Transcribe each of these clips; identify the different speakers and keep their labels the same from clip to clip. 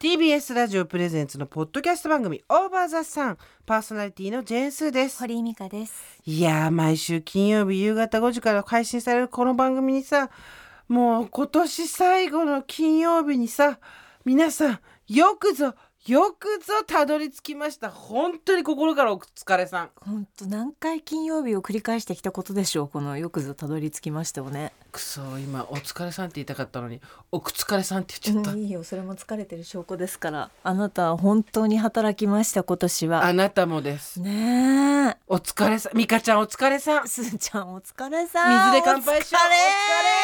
Speaker 1: TBS ラジオプレゼンツのポッドキャスト番組「オーバーザさんパーソナリティのジェーンスーです
Speaker 2: 堀井美香です。
Speaker 1: いやー毎週金曜日夕方5時から配信されるこの番組にさもう今年最後の金曜日にさ皆さんよくぞよくぞたどり着きました本当に心からお疲れさん
Speaker 2: 本当何回金曜日を繰り返してきたことでしょう。このよくぞたどり着きましたよね。
Speaker 1: くそ今お疲れさんって言いたかったのにお疲れさんって言っちゃっ
Speaker 2: いいよ、それも疲れてる証拠ですから。あなたは本当に働きました今年
Speaker 1: たあ
Speaker 2: は。
Speaker 1: なたもです
Speaker 2: ねえ、
Speaker 1: お疲れさん美香ちゃんお疲れさん
Speaker 2: すーちゃんお疲れさん。
Speaker 1: 水で乾杯しよう
Speaker 2: お疲れ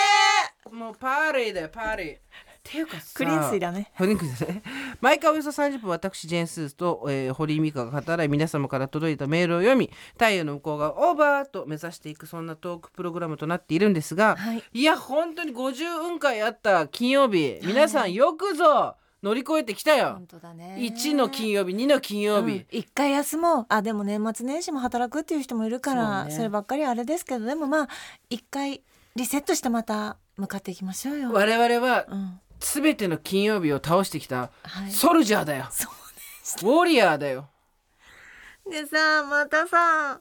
Speaker 1: もうパーリーだよパーリーっていうかさ
Speaker 2: クリーン水だね
Speaker 1: クリーン水だね毎回およそ30分私ジェーンスーと、えー、堀井美香が語らい皆様から届いたメールを読み太陽の向こうがオーバーと目指していくそんなトークプログラムとなっているんですが、
Speaker 2: はい
Speaker 1: や本当に50運回あった金曜日皆さんよくぞ乗り越えてきたよ
Speaker 2: 本当だね。
Speaker 1: 1の金曜日2の金曜日、
Speaker 2: うん一回休もうあでも年末年始も働くっていう人もいるから
Speaker 1: そう
Speaker 2: そ,、
Speaker 1: ね
Speaker 2: ればっかりあれですけどでもまあ一回リセットしてまた向かっていきましょうよ。
Speaker 1: 我々は
Speaker 2: うん
Speaker 1: 全ての金曜日を倒してきた
Speaker 2: はい、
Speaker 1: ソルジャーだよ
Speaker 2: そう
Speaker 1: ウォリアーだよ
Speaker 2: でさまたさ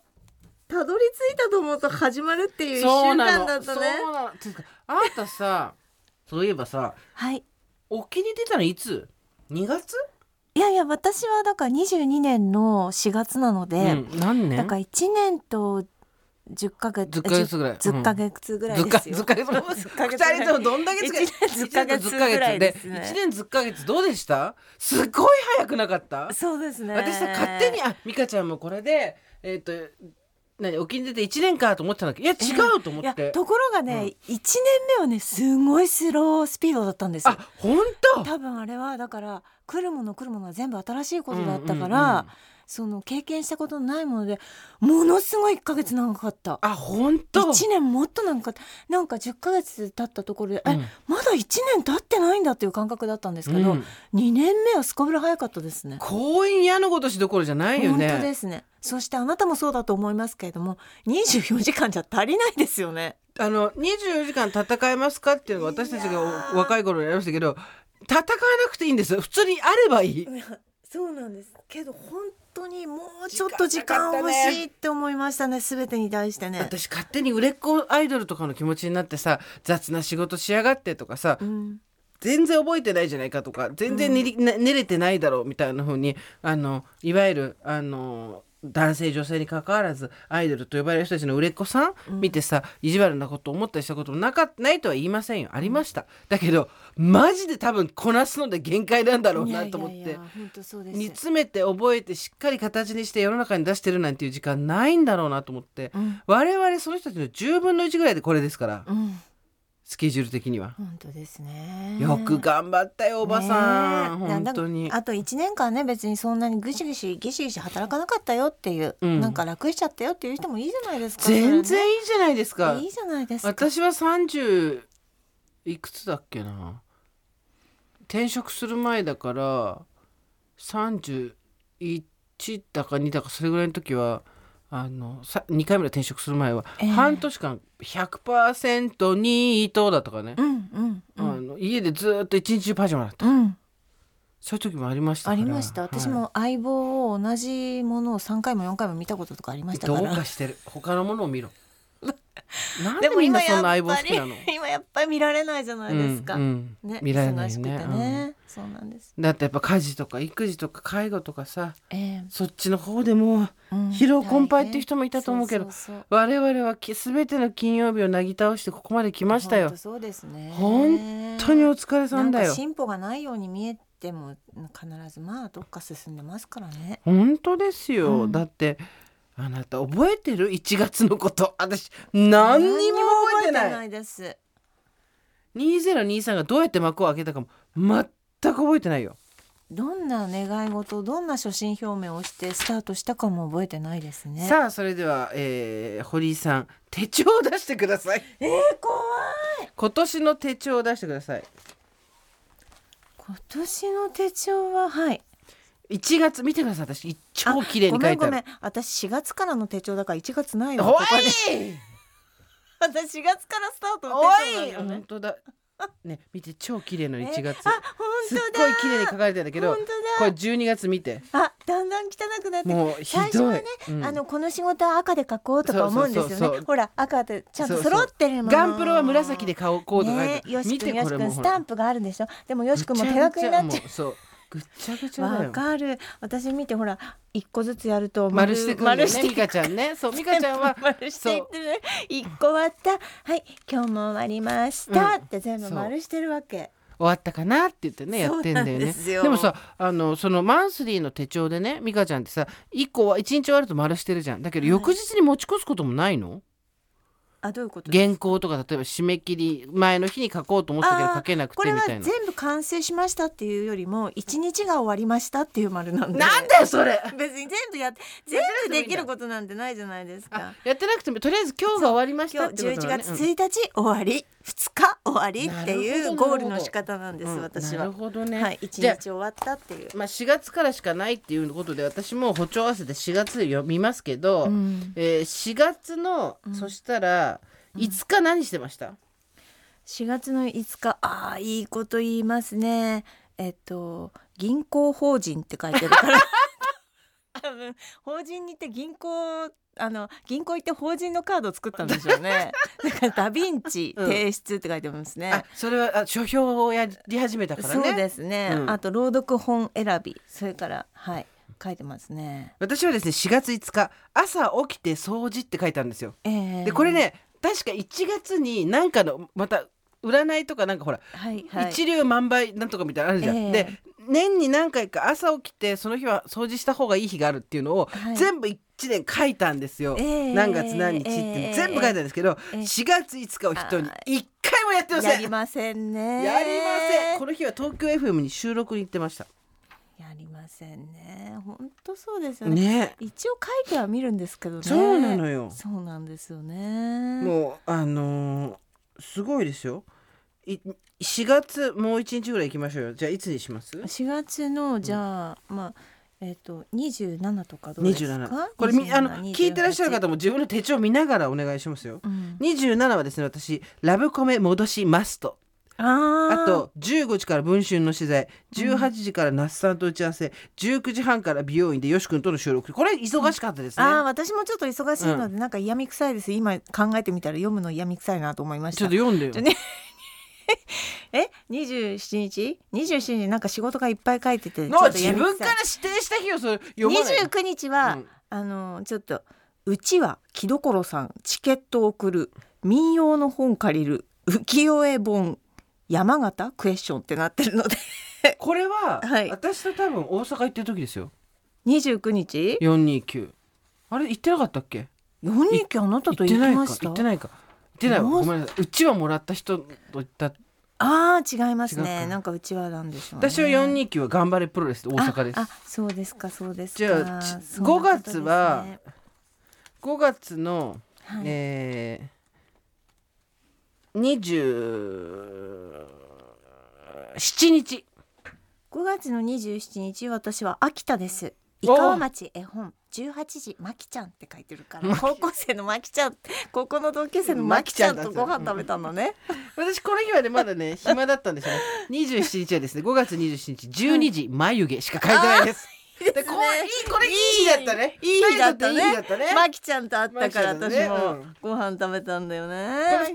Speaker 2: たどり着いたと思うと始まるってい
Speaker 1: そうなのそうなのていうかあんたさ そういえばさ
Speaker 2: はい
Speaker 1: 沖に出たのいつ2月、
Speaker 2: いやいや私はだから22年の4月なので、
Speaker 1: うん、何年
Speaker 2: だから1年と10ヶ月
Speaker 1: 10ヶ月ぐらい
Speaker 2: 10 10ヶ月ぐらい
Speaker 1: ずっ
Speaker 2: で
Speaker 1: か
Speaker 2: すよ、
Speaker 1: ずっか月も
Speaker 2: ヶ月
Speaker 1: 二人ともどんだけ
Speaker 2: 一年ずっか月
Speaker 1: ずっか
Speaker 2: ぐらいですね
Speaker 1: で一年ずっか月どうでしたすごい早くなかった
Speaker 2: そうですね
Speaker 1: 私さ勝手にあ美香ちゃんもこれでえっ、と何沖に出て一年かと思ってたんだけどいや違うと思
Speaker 2: いや
Speaker 1: って、
Speaker 2: ところがね、一1年目はねすごいスロースピードだったんですよ
Speaker 1: あ本当
Speaker 2: 多分あれはだから来るもの来るものは全部新しいことだったから、
Speaker 1: うんうんうん
Speaker 2: その経験したことのないものでものすごい1ヶ月長かった
Speaker 1: あ本当
Speaker 2: 1年もっとなんかなんか10ヶ月経ったところで、
Speaker 1: うん
Speaker 2: えまだ1年経ってないんだっていう感覚だったんですけど、
Speaker 1: うん
Speaker 2: 2年目はすこぶる早かったですね。
Speaker 1: 婚姻矢のごとしどころじゃないよ
Speaker 2: 本当
Speaker 1: ね
Speaker 2: ですねそしてあなたもそうだと思いますけれども24時間じゃ足りないですよね
Speaker 1: あの24時間戦えますかっていうのが私たちがお若い頃にやりましたけど戦えなくていいんですよ普通にあればいい
Speaker 2: そうなんですけど本当にもう
Speaker 1: ちょっと時間欲しい
Speaker 2: って思いましたね全てに対してね
Speaker 1: 私勝手に売れっ子アイドルとかの気持ちになってさ雑な仕事しやがってとかさ
Speaker 2: うん、
Speaker 1: 全然覚えてないじゃないかとか全然練り、ね練れてないだろうみたいな風にあのいわゆるあの男性女性に関わらずアイドルと呼ばれる人たちの売れっ子さん、見てさ意地悪なこと思ったりしたこともなかないとは言いませんよありました、だけどマジで多分こなすので限界なんだろうなと思って
Speaker 2: いやいやいや本当そうです
Speaker 1: 煮詰めて覚えてしっかり形にして世の中に出してるなんていう時間ないんだろうなと思って、
Speaker 2: うん
Speaker 1: 我々その人たちの10分の1ぐらいでこれですから、
Speaker 2: うん
Speaker 1: スケジュール的には。
Speaker 2: 本当ですね
Speaker 1: よく頑張ったよおばさん、
Speaker 2: ねえ
Speaker 1: 本当に
Speaker 2: なんだあと1年間ね別にそんなにぐしぐしギシギシ働かなかったよっていう、
Speaker 1: うん
Speaker 2: なんか楽しちゃったよっていう人もいいじゃないですか
Speaker 1: 全
Speaker 2: それ
Speaker 1: 然いいじゃないですか
Speaker 2: ねいいじゃないですか
Speaker 1: 私は30いくつだっけな転職する前だから31だか2だかそれぐらいの時はあのさ2回目の転職する前は、
Speaker 2: ええ
Speaker 1: 半年間100%ニートだとかね
Speaker 2: う、んうんう
Speaker 1: あ
Speaker 2: ん
Speaker 1: の家でずっと一日中パジャマだった
Speaker 2: うん
Speaker 1: そういう時もありましたか
Speaker 2: あ
Speaker 1: ら
Speaker 2: りました私
Speaker 1: はい
Speaker 2: も相棒を同じものを3回も4回も見たこととかありましたか
Speaker 1: どう
Speaker 2: ら
Speaker 1: かしてる他のものを 見ろなんでみんなそんな相棒好きなの
Speaker 2: 今やっぱり見られないじゃないですか、
Speaker 1: うんうん
Speaker 2: ね
Speaker 1: 見られないね
Speaker 2: 忙しくてね、そうなんです
Speaker 1: だってやっぱ家事とか育児とか介護とかさ
Speaker 2: ええ
Speaker 1: そっちの方でも
Speaker 2: う
Speaker 1: う
Speaker 2: ん
Speaker 1: 疲労困憊っていう人もいたと思うけど
Speaker 2: そうそうそう
Speaker 1: 我々はき全ての金曜日をなぎ倒してここまで来ましたよ
Speaker 2: 本当そうですね
Speaker 1: 本当にお疲れさんだ
Speaker 2: なん
Speaker 1: よ
Speaker 2: か進歩がないように見えても必ずまあどっか進んでますからね。
Speaker 1: 本当ですよ、
Speaker 2: うん
Speaker 1: だってあなた覚えてる1月のこと私何にも覚えてな
Speaker 2: 何
Speaker 1: い
Speaker 2: にも覚えです。
Speaker 1: 2023がどうやって幕を開けたかも全く覚えてないよ
Speaker 2: どんな願い事どんな初心表明をしてスタートしたかも覚えてないですね
Speaker 1: さあそれでは、えー、堀井さん手帳を出してください
Speaker 2: えー、怖い
Speaker 1: 今年の手帳を出してください
Speaker 2: 今年の手帳ははい
Speaker 1: 1月見てください私超綺麗に書いて
Speaker 2: ご
Speaker 1: あ
Speaker 2: めん
Speaker 1: る
Speaker 2: ごめん私4月からの手帳だから1月ないわ
Speaker 1: お
Speaker 2: ここで
Speaker 1: い
Speaker 2: 私4月からスタートの
Speaker 1: お
Speaker 2: 手帳なんだ
Speaker 1: い
Speaker 2: よね
Speaker 1: 本当だ ね見て超綺麗の1月、
Speaker 2: あ本
Speaker 1: すっ
Speaker 2: 当
Speaker 1: ご
Speaker 2: だ
Speaker 1: い綺麗に書かれてるんだけど
Speaker 2: 本当だ
Speaker 1: これ12月見て
Speaker 2: あだんだん汚くなって
Speaker 1: もうひど
Speaker 2: 最
Speaker 1: い
Speaker 2: 初はね、
Speaker 1: うん
Speaker 2: あのこの仕事は赤で書こうとか思うんですよね
Speaker 1: そうそうそうそう
Speaker 2: ほら赤でちゃんと揃ってるもの
Speaker 1: ガンプロは紫で顔コードが入
Speaker 2: ね
Speaker 1: っ
Speaker 2: え
Speaker 1: てる、
Speaker 2: よし
Speaker 1: 見
Speaker 2: くん
Speaker 1: て
Speaker 2: よ
Speaker 1: こ
Speaker 2: し
Speaker 1: れ
Speaker 2: く
Speaker 1: も
Speaker 2: ん
Speaker 1: ほ
Speaker 2: ス
Speaker 1: ら
Speaker 2: タンプがあるんでしょでもよしくんも
Speaker 1: ぐ
Speaker 2: 手
Speaker 1: ちゃ
Speaker 2: 書き
Speaker 1: ぐちゃ
Speaker 2: になっちゃ
Speaker 1: もうそうぐっちゃぐち
Speaker 2: う
Speaker 1: ゃだ
Speaker 2: わ
Speaker 1: よ
Speaker 2: かる私見てほら一個ずつやると
Speaker 1: 丸してくんだよ
Speaker 2: 丸
Speaker 1: ね
Speaker 2: して
Speaker 1: ミカちゃんねそうミカちゃん は
Speaker 2: 丸していってね一個終わったはい今日も終わりました、
Speaker 1: うん
Speaker 2: って全部
Speaker 1: そう
Speaker 2: 丸してるわけ
Speaker 1: 終わったかなって言ってねやってんだよ
Speaker 2: そうなん
Speaker 1: ね
Speaker 2: ですよ
Speaker 1: もさあのそのマンスリーの手帳でね美香ちゃんってさ1個は1日終わると丸してるじゃんだけど翌日に持ち越すこともないの、
Speaker 2: あどういうことですか
Speaker 1: 原稿とか例えば締め切り前の日に書こうと思ったけど
Speaker 2: あー
Speaker 1: 書けなく
Speaker 2: こ
Speaker 1: て
Speaker 2: れ
Speaker 1: み
Speaker 2: は
Speaker 1: たい
Speaker 2: 全
Speaker 1: な
Speaker 2: 部完成しましたっていうよりも一日が終わりましたっていう丸なんで
Speaker 1: なんだよそれ
Speaker 2: 別に全部やって全部できることなんてないじゃないですか
Speaker 1: あ。やってなくてもとりあえず今日が終わりまし
Speaker 2: 今
Speaker 1: た
Speaker 2: 日
Speaker 1: ってこ
Speaker 2: 11
Speaker 1: とだね
Speaker 2: 月1日終わり、2日終わりって
Speaker 1: なる
Speaker 2: いう
Speaker 1: ほど
Speaker 2: ゴールの仕方なんです、
Speaker 1: うん
Speaker 2: 私
Speaker 1: な
Speaker 2: は
Speaker 1: る。ほどね、
Speaker 2: はい、一
Speaker 1: じゃあ
Speaker 2: 日終わったっていう。
Speaker 1: まあ、4月からしかないっていうことで私も歩調合わせて4月読みますけど、
Speaker 2: ん
Speaker 1: えー4月の、そしたら5日何してました、
Speaker 2: 4月の5日、ああいいこと言いますね。えっと銀行法人って書いてるから。 多分法人に行って銀行あの銀行行って法人のカード作ったんでしょうね。 だからダヴィンチ提出って書いてますね。
Speaker 1: あそれはあ書評をやり始めたからね
Speaker 2: そうですね、
Speaker 1: うん
Speaker 2: あと朗読本選びそれからはい書いてますね
Speaker 1: 私はですね4月5日朝起きて掃除って書いてあるんですよ
Speaker 2: えー
Speaker 1: でこれね確か1月になんかのまた占いとかなんかほら、
Speaker 2: はいはい
Speaker 1: 一粒万倍なんとかみたいなのあるじゃん、
Speaker 2: ええ
Speaker 1: で年に何回か朝起きてその日は掃除した方がいい日があるっていうのを、
Speaker 2: はい
Speaker 1: 全部1年書いたんですよ、
Speaker 2: ええ
Speaker 1: 何月何日っていうの、
Speaker 2: ええ
Speaker 1: 全部書いたんですけど、
Speaker 2: ええ
Speaker 1: 4月5日を人に
Speaker 2: あ
Speaker 1: 1回もやってませ
Speaker 2: や
Speaker 1: ん
Speaker 2: りませんね
Speaker 1: やりませんこの日は東京 FM に収録に行ってました
Speaker 2: やりませんね本当そうですよね
Speaker 1: ね
Speaker 2: 一応書いては見るんですけどね
Speaker 1: そうなのよ
Speaker 2: そうなんですよね
Speaker 1: もうあのーすごいですよい4月もう1日ぐらい行きましょうよじゃあいつにします
Speaker 2: 4月のじゃあ、まあえっ、と27とかどうですか
Speaker 1: 27これみあの聞いてらっしゃる方も自分の手帳見ながらお願いしますよ、
Speaker 2: ん
Speaker 1: 27はですね私ラブコメ戻しますと
Speaker 2: あ
Speaker 1: あと15時から文春の取材18時から那須さんと打ち合わせ19時半から美容院でよし君との収録これ忙しかったですね、
Speaker 2: ああ私もちょっと忙しいので、なんか嫌み臭いです今考えてみたら読むの嫌み臭いなと思いまし
Speaker 1: ちょ
Speaker 2: た
Speaker 1: っと読んでよ
Speaker 2: ちょねえ二27日27日なんか仕事がいっぱい書いててちょっ
Speaker 1: の
Speaker 2: と
Speaker 1: 自
Speaker 2: 嫌み臭い
Speaker 1: 分から指定した日をそれ読まない
Speaker 2: 29日は、
Speaker 1: うん
Speaker 2: あのちょっと「うちは木どころさんチケットを送る民謡の本借りる浮世絵本山形クエスチョン」ってなってるので
Speaker 1: これは、
Speaker 2: はい
Speaker 1: 私と多分大阪行ってる時ですよ
Speaker 2: 29日
Speaker 1: 429あれ行ってなかったっけ
Speaker 2: 4人きあなた
Speaker 1: 行
Speaker 2: と行
Speaker 1: って
Speaker 2: き
Speaker 1: ないか
Speaker 2: ました
Speaker 1: 行ってないか行ってないわ
Speaker 2: もう
Speaker 1: ごめんなさいうちはもらった人と行った
Speaker 2: ああ違います
Speaker 1: 違う
Speaker 2: ね
Speaker 1: か
Speaker 2: なんかうちはなんでしょうね
Speaker 1: 私は429は頑張れプロレスで大阪です
Speaker 2: ああそうですかそうですか。
Speaker 1: じゃあち
Speaker 2: そういうこと
Speaker 1: 5月は
Speaker 2: ですね
Speaker 1: 5月の、
Speaker 2: はい
Speaker 1: えー、27日
Speaker 2: 5月の27日私は秋田です。伊川町絵本18時まきちゃんって書いてるから高校生のまきちゃん高校の同級生のまきちゃんとご飯食べたのね。
Speaker 1: 私この日はねま だね暇だったんですよね27日はですね5月27日12時眉毛しか書いてないですでこういいこれいい日だったね
Speaker 2: いい日だったね
Speaker 1: 二人にとっていい日だったね
Speaker 2: まきちゃんと会ったから
Speaker 1: まきち
Speaker 2: 私
Speaker 1: ゃんとねう
Speaker 2: も
Speaker 1: ん
Speaker 2: ご飯食べたんだよ
Speaker 1: この二人
Speaker 2: ね。
Speaker 1: がい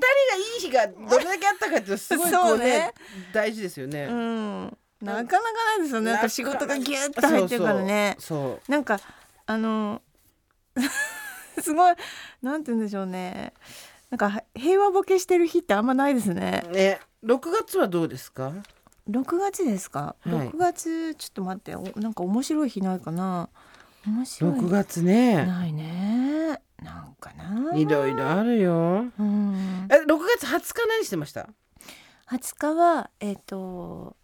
Speaker 1: い日がどれだけあったかっていうのすごいこうね
Speaker 2: そうね
Speaker 1: 大事ですよね、
Speaker 2: うんなかなかないですよね。なんか仕事がギュッと入ってるからね。
Speaker 1: そうそうそう
Speaker 2: なんかあの すごいなんて言うんでしょうねなんか平和ボケしてる日ってあんまないですね
Speaker 1: ね、六月はどうですか？
Speaker 2: 6月ですか、
Speaker 1: はい
Speaker 2: 6月ちょっと待っておなんか面白い日ないかな面白い
Speaker 1: 六月ね、
Speaker 2: ないねなんかない
Speaker 1: ろいろあるよ。
Speaker 2: うん、
Speaker 1: え、六月二十日何してました？
Speaker 2: 20日はえっ、と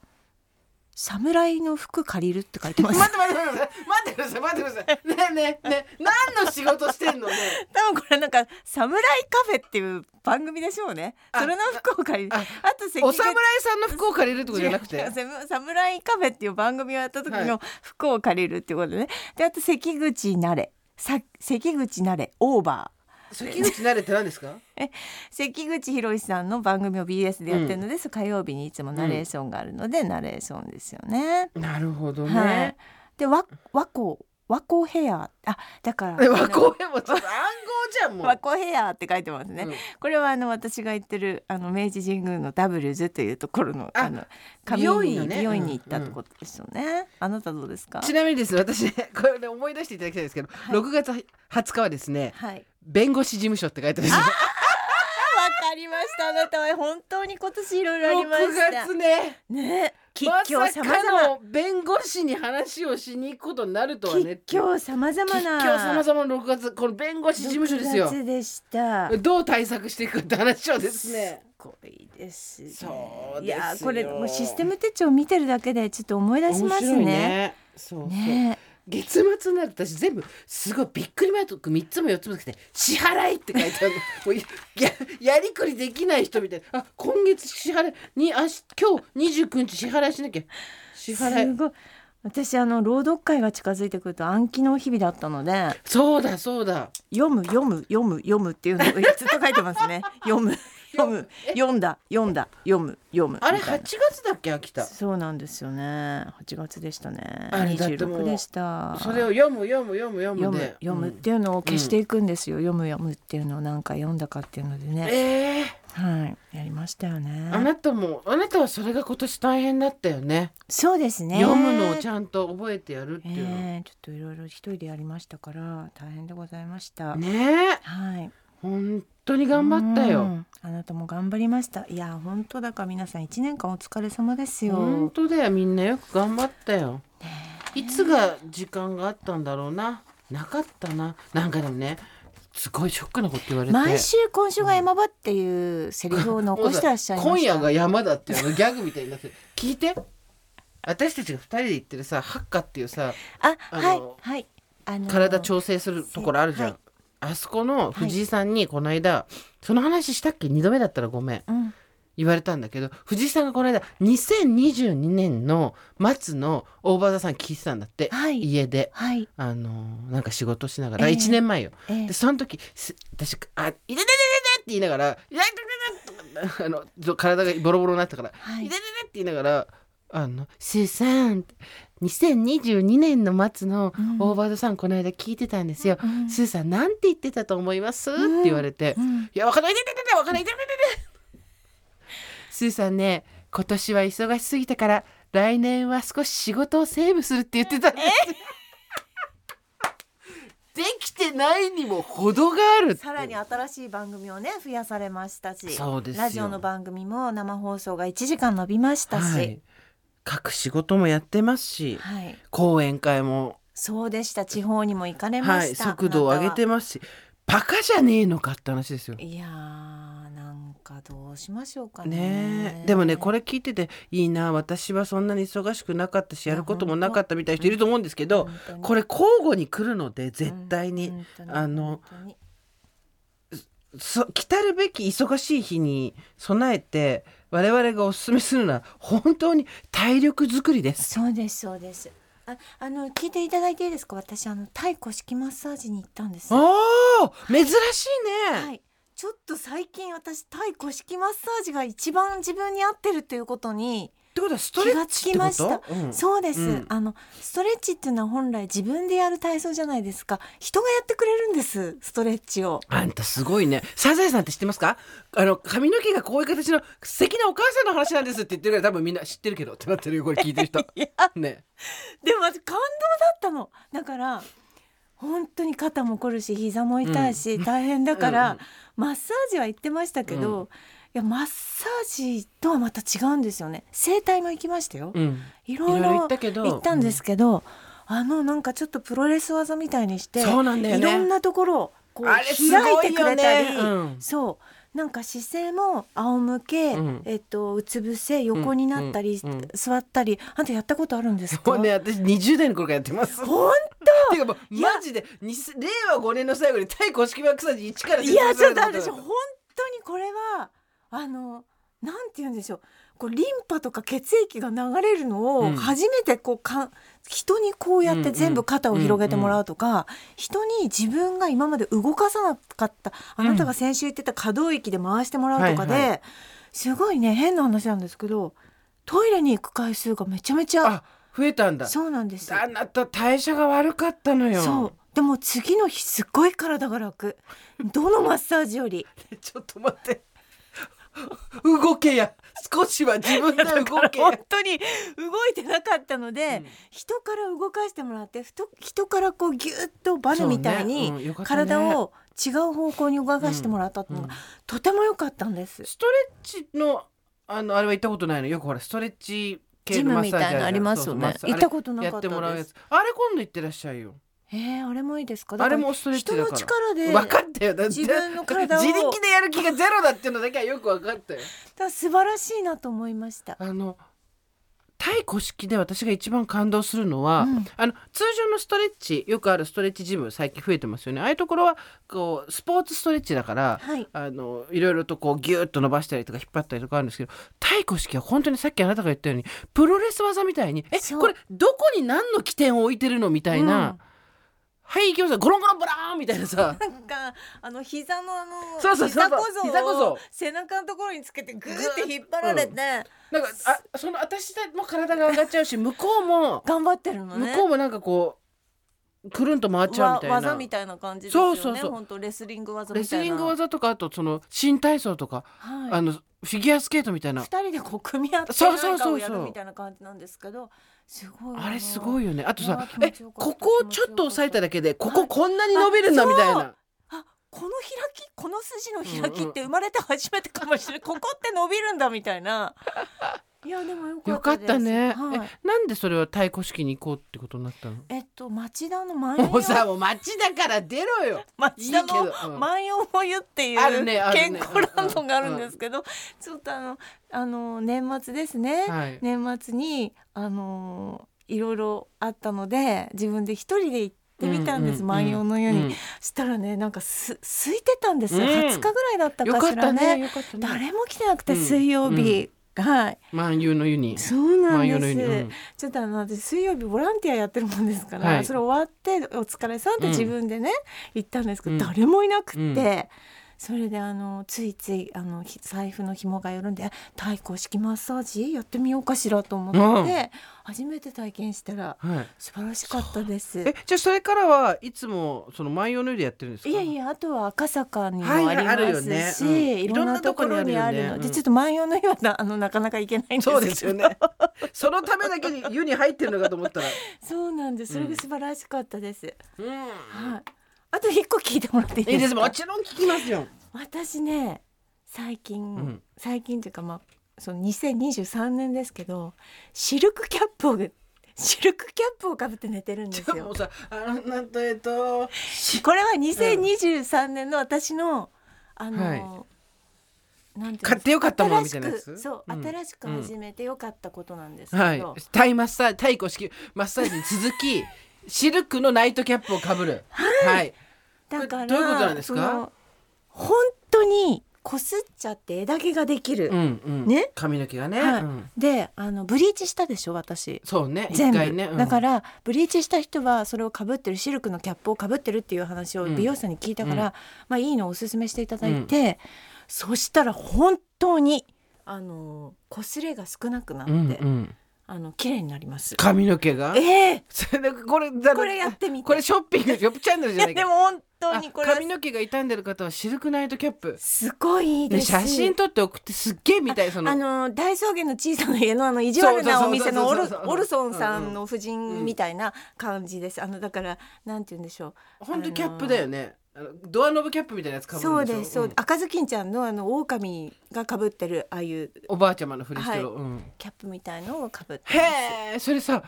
Speaker 2: 侍の服借りるって書いてます
Speaker 1: 待って待って待って待って待ってください待ってくださいねえねえねえ何の仕事してんのね
Speaker 2: 多分これなんか「侍カフェ」っていう番組でしょうねそれの服を借りる
Speaker 1: あ
Speaker 2: あ
Speaker 1: あ
Speaker 2: と関
Speaker 1: お
Speaker 2: 口
Speaker 1: 侍さんの服を借りるってことじゃなく
Speaker 2: 違
Speaker 1: て
Speaker 2: う違う侍カフェっていう番組をやった時
Speaker 1: はい
Speaker 2: の服を借りるってことね、であと関口なれさ関口なれオーバー
Speaker 1: 関口なれって何ですか
Speaker 2: 関口博さんの番組を BS でやってるのです、火曜日にいつもナレーションがあるので、ナレーションですよね。
Speaker 1: なるほど
Speaker 2: はい
Speaker 1: ね、
Speaker 2: で和和光和光ヘアあだから
Speaker 1: え和光へもちょっと暗号じゃんもう
Speaker 2: 和光ヘアって書いてますね、
Speaker 1: うん
Speaker 2: これはあの私が行ってるあの明治神宮のダブルズというところの
Speaker 1: あ
Speaker 2: あの髪
Speaker 1: 美容院の
Speaker 2: に
Speaker 1: ね
Speaker 2: 美容院に行ったってことですよね、あなたどうですか
Speaker 1: ちなみにですね私ねこれね思い出していただきたいんですけど、
Speaker 2: い
Speaker 1: 6月20日はですね
Speaker 2: はい
Speaker 1: 弁護士事務所って書いてあるんですよ
Speaker 2: わかりましたあなたは本当に今年いろいろありま
Speaker 1: 6
Speaker 2: した
Speaker 1: 月ね
Speaker 2: ね吉
Speaker 1: ま
Speaker 2: 凶
Speaker 1: さ
Speaker 2: さまざ
Speaker 1: か
Speaker 2: ま
Speaker 1: の弁護士に話をしに行くことになるとはね
Speaker 2: 吉凶さまざま
Speaker 1: 吉
Speaker 2: な
Speaker 1: 凶さまざまの6月この弁護士事務所ですよ
Speaker 2: 6月でした
Speaker 1: どう対策していくかって話をですね
Speaker 2: すごいですね
Speaker 1: そうです
Speaker 2: い
Speaker 1: よ
Speaker 2: やこれもうシステム手帳見てるだけでちょっと思い出します
Speaker 1: 面白い
Speaker 2: ね
Speaker 1: そうそう、
Speaker 2: ね
Speaker 1: 月末になると私全部すごいびっくりマーク3つも4つもつけて「支払い」って書いてある もうややりくりできない人みたいなあ今月支払いにあし今日29日支払いしなきゃ支払
Speaker 2: す
Speaker 1: い
Speaker 2: ごい私あの朗読会が近づいてくると暗記の日々だったので
Speaker 1: そうだそうだ
Speaker 2: 読む読む読む読むっていうのをずっと書いてます ね読む読む読んだ読んだ読む読む
Speaker 1: あれ
Speaker 2: みたい
Speaker 1: 8
Speaker 2: な
Speaker 1: 月だっけ秋田
Speaker 2: そうなんですよね8月でしたね
Speaker 1: あれだってもう
Speaker 2: 26でした
Speaker 1: それを読む読む読む読
Speaker 2: 読
Speaker 1: む
Speaker 2: む、
Speaker 1: で
Speaker 2: 読むっ
Speaker 1: うん
Speaker 2: ていうのを消していくんですよ、読む読むっていうのをなんか読んだかっていうのでね
Speaker 1: えー
Speaker 2: はいやりましたよ
Speaker 1: あ
Speaker 2: ね
Speaker 1: なたもあなたはそれが今年大変だったよね、
Speaker 2: そうですね
Speaker 1: 読むのをちゃんと覚えてやるっていうの、
Speaker 2: ええちょっといろいろ一人でやりましたから大変でございました、
Speaker 1: ねえ
Speaker 2: はい
Speaker 1: 本当に頑張った
Speaker 2: う
Speaker 1: よ
Speaker 2: んあなたも頑張りましたいや本当だから皆さん一年間お疲れ様です
Speaker 1: 本
Speaker 2: よ
Speaker 1: 当だよみんなよく頑張ったよ、いつが時間があったんだろうななかったななんかでもねすごいショックなこと言われて
Speaker 2: 毎週今週が山場っていうセリフを残してらっしゃいました
Speaker 1: 今夜が山だっていうのギャグみたいになってる聞いて私たちが二人で行ってるさハッカっていうさ
Speaker 2: あ
Speaker 1: あ
Speaker 2: はい
Speaker 1: の
Speaker 2: はいあの
Speaker 1: 体調整するところあるじゃん、
Speaker 2: はい
Speaker 1: あそこの藤井さんにこの間、その話したっけ2度目だったらごめん
Speaker 2: うん
Speaker 1: 言われたんだけど藤井さんがこの間2022年の末のオーバーザさん聞いてたんだって、
Speaker 2: はい
Speaker 1: 家で。
Speaker 2: はい
Speaker 1: あのなんか仕事しながら、
Speaker 2: ええ
Speaker 1: 1年前よ、
Speaker 2: ええ
Speaker 1: でその時す私「あいででででで」って言いながら「いでででで」あのちょ体がボロボロになったから「
Speaker 2: はい
Speaker 1: いででで」って言いながら「あのスーさん2022年の末のオーバードさんこの間聞いてたんですよ、スーさんなんて言ってたと思います?」って言われて「いやわかんないででででわかんないでででで」スーさんね今年は忙しすぎたから来年は少し仕事をセーブするって言ってたんですできてないにも程があるって
Speaker 2: さらに新しい番組をね増やされましたし
Speaker 1: そうですよ
Speaker 2: ラジオの番組も生放送が1時間伸びましたし、は
Speaker 1: はいい、各仕事もやってますし、講演会も、
Speaker 2: そうでした地方にも行かれま
Speaker 1: はい、
Speaker 2: した、
Speaker 1: 速度を上げてますしバカじゃねえのかって話ですよ。
Speaker 2: いやーなんかどうしましょうかね
Speaker 1: ねえでもねこれ聞いてていいな私はそんなに忙しくなかったしやることもなかったみたいな人いると思うんですけど
Speaker 2: 本当に
Speaker 1: これ交互に来るので絶対に
Speaker 2: 本当に
Speaker 1: あの
Speaker 2: 本当に
Speaker 1: そ来たるべき忙しい日に備えて我々がおすすめするのは本当に体力作りです。
Speaker 2: そうですそうですああの聞いていただいていいですか私あのタイ古式マッサージに行ったんですは
Speaker 1: おー珍しいね、
Speaker 2: いちょっと最近私タイ古式マッサージが一番自分に合ってるということに
Speaker 1: ってことはスト
Speaker 2: 気
Speaker 1: レ
Speaker 2: が
Speaker 1: ッ
Speaker 2: つ
Speaker 1: チ
Speaker 2: き
Speaker 1: って
Speaker 2: ま
Speaker 1: こ
Speaker 2: した
Speaker 1: と、うん
Speaker 2: そうです、
Speaker 1: ん
Speaker 2: あのストレッチっていうのは本来自分でやる体操じゃないですか人がやってくれるんですストレッチを
Speaker 1: あんたすごいね。サザエさんって知ってますかあの、髪の毛がこういう形の素敵なお母さんの話なんですって言ってるから多分みんな知ってるけどってなってるよ、これ聞いて る人。ね。
Speaker 2: でも私感動だったのだから本当に肩も凝るし膝も痛いし、大変だから、マッサージは行ってましたけど、いやマッサージとはまた違うんですよね整体も行きましたよ、
Speaker 1: うん。
Speaker 2: いろい
Speaker 1: いろいろ
Speaker 2: ろ
Speaker 1: 行ったけど
Speaker 2: 行ったんですけど、あのなんかちょっとプロレス技みたいにして
Speaker 1: そうなんだよね
Speaker 2: いろんなところをこう
Speaker 1: あ
Speaker 2: 開
Speaker 1: れすごいよね
Speaker 2: いてくれたり、
Speaker 1: うん
Speaker 2: そうなんか姿勢も仰向け、
Speaker 1: うん
Speaker 2: えっとうつ伏せ横になったり、
Speaker 1: うんうん
Speaker 2: 座ったりあんたやったことあるんです
Speaker 1: こ
Speaker 2: か
Speaker 1: れね私20代の頃からやって ます
Speaker 2: ほん
Speaker 1: ていうかもうマジでにせ令和5年の最後にタイ公式バックサージ1から
Speaker 2: いやちょっと
Speaker 1: ある
Speaker 2: 私本当にこれはあのなんて言うんでしょうこうリンパとか血液が流れるの
Speaker 1: う
Speaker 2: を
Speaker 1: ん
Speaker 2: 初めてこうか、人にこうやっ
Speaker 1: うんう
Speaker 2: て
Speaker 1: ん
Speaker 2: 全部肩を広げてもらうとか、人に自分が今まで動かさなかったあなたが先週言ってた可動域で回してもらうとかで、
Speaker 1: はいは
Speaker 2: すごいね変な話なんですけどトイレに行く回数がめちゃめちゃ
Speaker 1: あ増えたんだ
Speaker 2: そうなんですよ
Speaker 1: あなた代謝が悪かったのよ
Speaker 2: そうでも次の日すっごい体が楽どのマッサージより。
Speaker 1: ちょっと待って 動けや少しは自分で動けや
Speaker 2: 本当に動いてなかったので、人から動かしてもらってふと人からこうギュッとバネみたい
Speaker 1: そうねうん
Speaker 2: に
Speaker 1: よかったね
Speaker 2: 体を違う方向に動かしてもらったのがとても良かったんです。
Speaker 1: ストレッチのあのあれは行ったことないのよくほらストレッチ系のマッ
Speaker 2: ジム
Speaker 1: サージ
Speaker 2: みたいなのありますよね
Speaker 1: そうそうマッサージ
Speaker 2: 行ったことなかった
Speaker 1: あれやってもらうやつあれ今度行ってらっしゃいよ
Speaker 2: えー、あれもいいですか。
Speaker 1: あれもストレッチ
Speaker 2: 人
Speaker 1: だ
Speaker 2: の
Speaker 1: から
Speaker 2: 力で
Speaker 1: 分かったよだって
Speaker 2: 自分の体を
Speaker 1: 自力でやる気がゼロだっていうのだけはよく分かったよ
Speaker 2: だ素晴らしいなと思いました。
Speaker 1: あのタイ古式で私が一番感動するのは、
Speaker 2: うん
Speaker 1: あの通常のストレッチよくあるストレッチジム最近増えてますよねああいうところはこうスポーツストレッチだから、
Speaker 2: はい
Speaker 1: あのいろいろとこうギューッと伸ばしたりとか引っ張ったりとかあるんですけど太鼓式は本当にさっきあなたが言ったようにプロレス技みたいにえ
Speaker 2: そう
Speaker 1: これどこに何の起点を置いてるのみたいな、
Speaker 2: うん
Speaker 1: はい行きましたゴロンゴロンブラーンみたい なさ
Speaker 2: なんかあの膝のあの
Speaker 1: そうそうそう
Speaker 2: 膝
Speaker 1: そう
Speaker 2: 小僧
Speaker 1: 膝小
Speaker 2: を
Speaker 1: 僧
Speaker 2: 背中のところにつけてグーって引っ張られて、
Speaker 1: うんなんかあその私も体が上がっちゃうし向こうも
Speaker 2: 頑張ってるのね。
Speaker 1: 向こうもなんかこうくるんと回っちゃうみたいな
Speaker 2: わ技みたいな感じですよね。
Speaker 1: そうそうそう
Speaker 2: 本当レスリング技みたいな。
Speaker 1: レスリング技とかあとその新体操とか、
Speaker 2: はい、
Speaker 1: あのフィギュアスケートみたいな
Speaker 2: 二人でこう組み合って
Speaker 1: そうそう
Speaker 2: 何
Speaker 1: そ
Speaker 2: か
Speaker 1: うそう
Speaker 2: をやるみたいな感じなんですけどすごい
Speaker 1: あれすごいよねあと
Speaker 2: うわ
Speaker 1: さ
Speaker 2: 気持
Speaker 1: え
Speaker 2: ちよかった
Speaker 1: ここをちょっと押さえただけでこここんなに伸びるん
Speaker 2: あ
Speaker 1: だ
Speaker 2: そう
Speaker 1: みたいな
Speaker 2: あこの開きこの筋の開きって生まれて初めてかもしれない、ここって伸びるんだみたいないやでもよか
Speaker 1: よ
Speaker 2: った
Speaker 1: かっ
Speaker 2: です
Speaker 1: たね、
Speaker 2: はい、
Speaker 1: えなんでそれは太鼓式に行こうってことになったの
Speaker 2: えっと町田の万
Speaker 1: もう
Speaker 2: 葉
Speaker 1: さもう町だから出ろよ
Speaker 2: 町田
Speaker 1: いいけどう
Speaker 2: の
Speaker 1: ん
Speaker 2: 万葉の湯ってい
Speaker 1: ある
Speaker 2: う
Speaker 1: ねあるね
Speaker 2: 健康ランドがあるんですけど、ちょっとあのあの年末ですね、
Speaker 1: はい
Speaker 2: 年末にあのいろいろあったので自分で一人で行ってみたんです、
Speaker 1: うんうん
Speaker 2: 万葉のように、
Speaker 1: うん
Speaker 2: したらねなんかす空いてたんですよ、
Speaker 1: うん
Speaker 2: 20日ぐらいだった
Speaker 1: よ
Speaker 2: か
Speaker 1: か
Speaker 2: し
Speaker 1: っ
Speaker 2: ら
Speaker 1: た
Speaker 2: ね
Speaker 1: ねよかったね
Speaker 2: 誰も来てなくて水曜日、はい
Speaker 1: 万有の湯に
Speaker 2: そうなんです、
Speaker 1: 万葉の湯にうん
Speaker 2: ちょっとあの私水曜日ボランティアやってるもんですから、
Speaker 1: はい
Speaker 2: それ終わって「お疲れさん」って自分でね、行ったんですけど、
Speaker 1: うん
Speaker 2: 誰もいなくって、
Speaker 1: うん
Speaker 2: それであのついついあのひ財布の紐が緩んで「太鼓式マッサージやってみようかしら」と思って、
Speaker 1: うん
Speaker 2: 初めて体験したら
Speaker 1: はい
Speaker 2: 素晴らしかったです。
Speaker 1: えじゃあそれからはいつもその万葉の湯でやってるんですか
Speaker 2: いやいやあとは赤坂にも
Speaker 1: はいは
Speaker 2: あ
Speaker 1: い
Speaker 2: り
Speaker 1: あるよ
Speaker 2: ま
Speaker 1: ね
Speaker 2: すし、
Speaker 1: うん
Speaker 2: いろんなところにあるの
Speaker 1: いろんなところにあるよね
Speaker 2: で、
Speaker 1: うん
Speaker 2: ちょっと万葉の日はなあのなかなか行けないんですけ
Speaker 1: そ
Speaker 2: ど
Speaker 1: うですよねそのためだけに湯に入ってるのかと思ったら
Speaker 2: そうなんですそれが素晴らしかったです、
Speaker 1: うん
Speaker 2: はい。あと一個聞いてもらっていい
Speaker 1: い
Speaker 2: で
Speaker 1: いですす
Speaker 2: か。
Speaker 1: もちろん聞きますよ
Speaker 2: 私ね、最近、
Speaker 1: うん
Speaker 2: 最近というかまあその2023年ですけど、シルクキャップをシルクキャップをかぶって寝てるんです
Speaker 1: も
Speaker 2: よ
Speaker 1: う。さあなたえっと
Speaker 2: これは2023年の私の、あの。
Speaker 1: はい
Speaker 2: なんていうんです
Speaker 1: 買ってよかったものみ
Speaker 2: 新
Speaker 1: たいなや
Speaker 2: し
Speaker 1: つ
Speaker 2: くそう、
Speaker 1: うん
Speaker 2: 新しく始めてよかったことなんですけど、
Speaker 1: はいタイマッサージタイ公式マッサージに続き シルクのナイトキャップをかぶるはい、
Speaker 2: だから
Speaker 1: どういうことなんですか
Speaker 2: その本当にこすっちゃって枝毛ができる、
Speaker 1: うんうん
Speaker 2: ね
Speaker 1: 髪の毛がね、
Speaker 2: はい
Speaker 1: うん
Speaker 2: であのブリーチしたでしょ私
Speaker 1: そうね
Speaker 2: 全
Speaker 1: 一
Speaker 2: 部、
Speaker 1: 回ね、うん
Speaker 2: だからブリーチした人はそれをかぶってるシルクのキャップをかぶってるっていう話を
Speaker 1: うん
Speaker 2: 美容師さんに聞いたから、
Speaker 1: う
Speaker 2: まあ、いいのをおすすめしていただいて、そしたら本当にあの擦れが少なくなって、
Speaker 1: うんうん
Speaker 2: あの綺麗になります。
Speaker 1: 髪の毛が
Speaker 2: ええ
Speaker 1: それこれだ
Speaker 2: これやってみて
Speaker 1: これショッピングショップチャンネル
Speaker 2: い
Speaker 1: じゃ
Speaker 2: や
Speaker 1: ない
Speaker 2: で
Speaker 1: か
Speaker 2: も本当にこれ
Speaker 1: あ
Speaker 2: は
Speaker 1: 髪の毛が傷んでる方はシルクナイトキャップ、
Speaker 2: すごいいい
Speaker 1: ね、
Speaker 2: です、
Speaker 1: 写真撮って送ってすっげえ見たいその
Speaker 2: あの大草原の小さな家のあの意地悪なお店のオル
Speaker 1: そうそうそうそう
Speaker 2: オルソンさんの夫人みたいな感じです。あのだからなんて言うんでしょう。
Speaker 1: 本当キャップだよね、あのドアノブキャップみたいなやつかぶ
Speaker 2: そ
Speaker 1: る
Speaker 2: うん
Speaker 1: でしょ
Speaker 2: ですそう、
Speaker 1: ん
Speaker 2: 赤ずきんちゃんのあの狼がかぶってるああいう
Speaker 1: おばあちゃまのふりしてる、
Speaker 2: はい
Speaker 1: うん
Speaker 2: キャップみたいのをかぶってま
Speaker 1: へえそれさ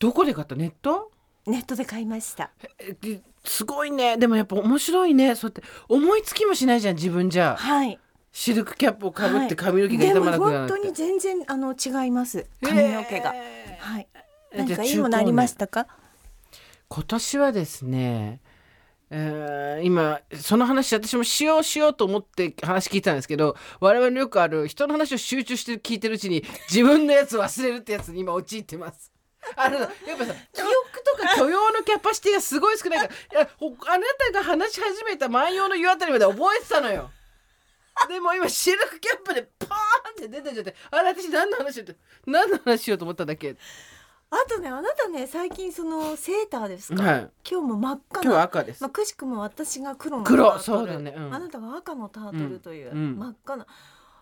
Speaker 1: どこで買ったネット
Speaker 2: す。ネットで買いました。
Speaker 1: えですごいねでもやっぱ面白いねそうやって思いつきもしないじゃん自分じゃ
Speaker 2: はい。
Speaker 1: シルクキャップをかぶって髪の毛が
Speaker 2: で
Speaker 1: 傷
Speaker 2: も
Speaker 1: まなくなる
Speaker 2: 本
Speaker 1: って
Speaker 2: 当に全然あの違います髪の毛が、
Speaker 1: えー
Speaker 2: はい
Speaker 1: え
Speaker 2: 何かい
Speaker 1: じ
Speaker 2: い
Speaker 1: ゃあ
Speaker 2: ものありましたか
Speaker 1: 今年はですね、えー今その話私もしようしようと思って話聞いたんですけど我々のよくある人の話を集中して聞いてるうちに自分のやつ忘れるってやつに今陥ってます。あのやっぱさ記憶とか許容のキャパシティがすごい少ないからいやほあなたが話し始めた「万葉の湯」あたりまで覚えてたのよ。でも今シルクキャップでパーンって出てっちゃってあれ私何の話しようと何の話しようと思ったんだっけ
Speaker 2: あとねあなたね最近そのセーターですか、
Speaker 1: はい
Speaker 2: 今日も真っ赤
Speaker 1: 今日は
Speaker 2: な、
Speaker 1: 赤です
Speaker 2: まあ、。くしくも私が黒の
Speaker 1: 黒
Speaker 2: タートル
Speaker 1: そうだねうん
Speaker 2: あなたは赤のタートルという、
Speaker 1: うんうん
Speaker 2: 真っ赤な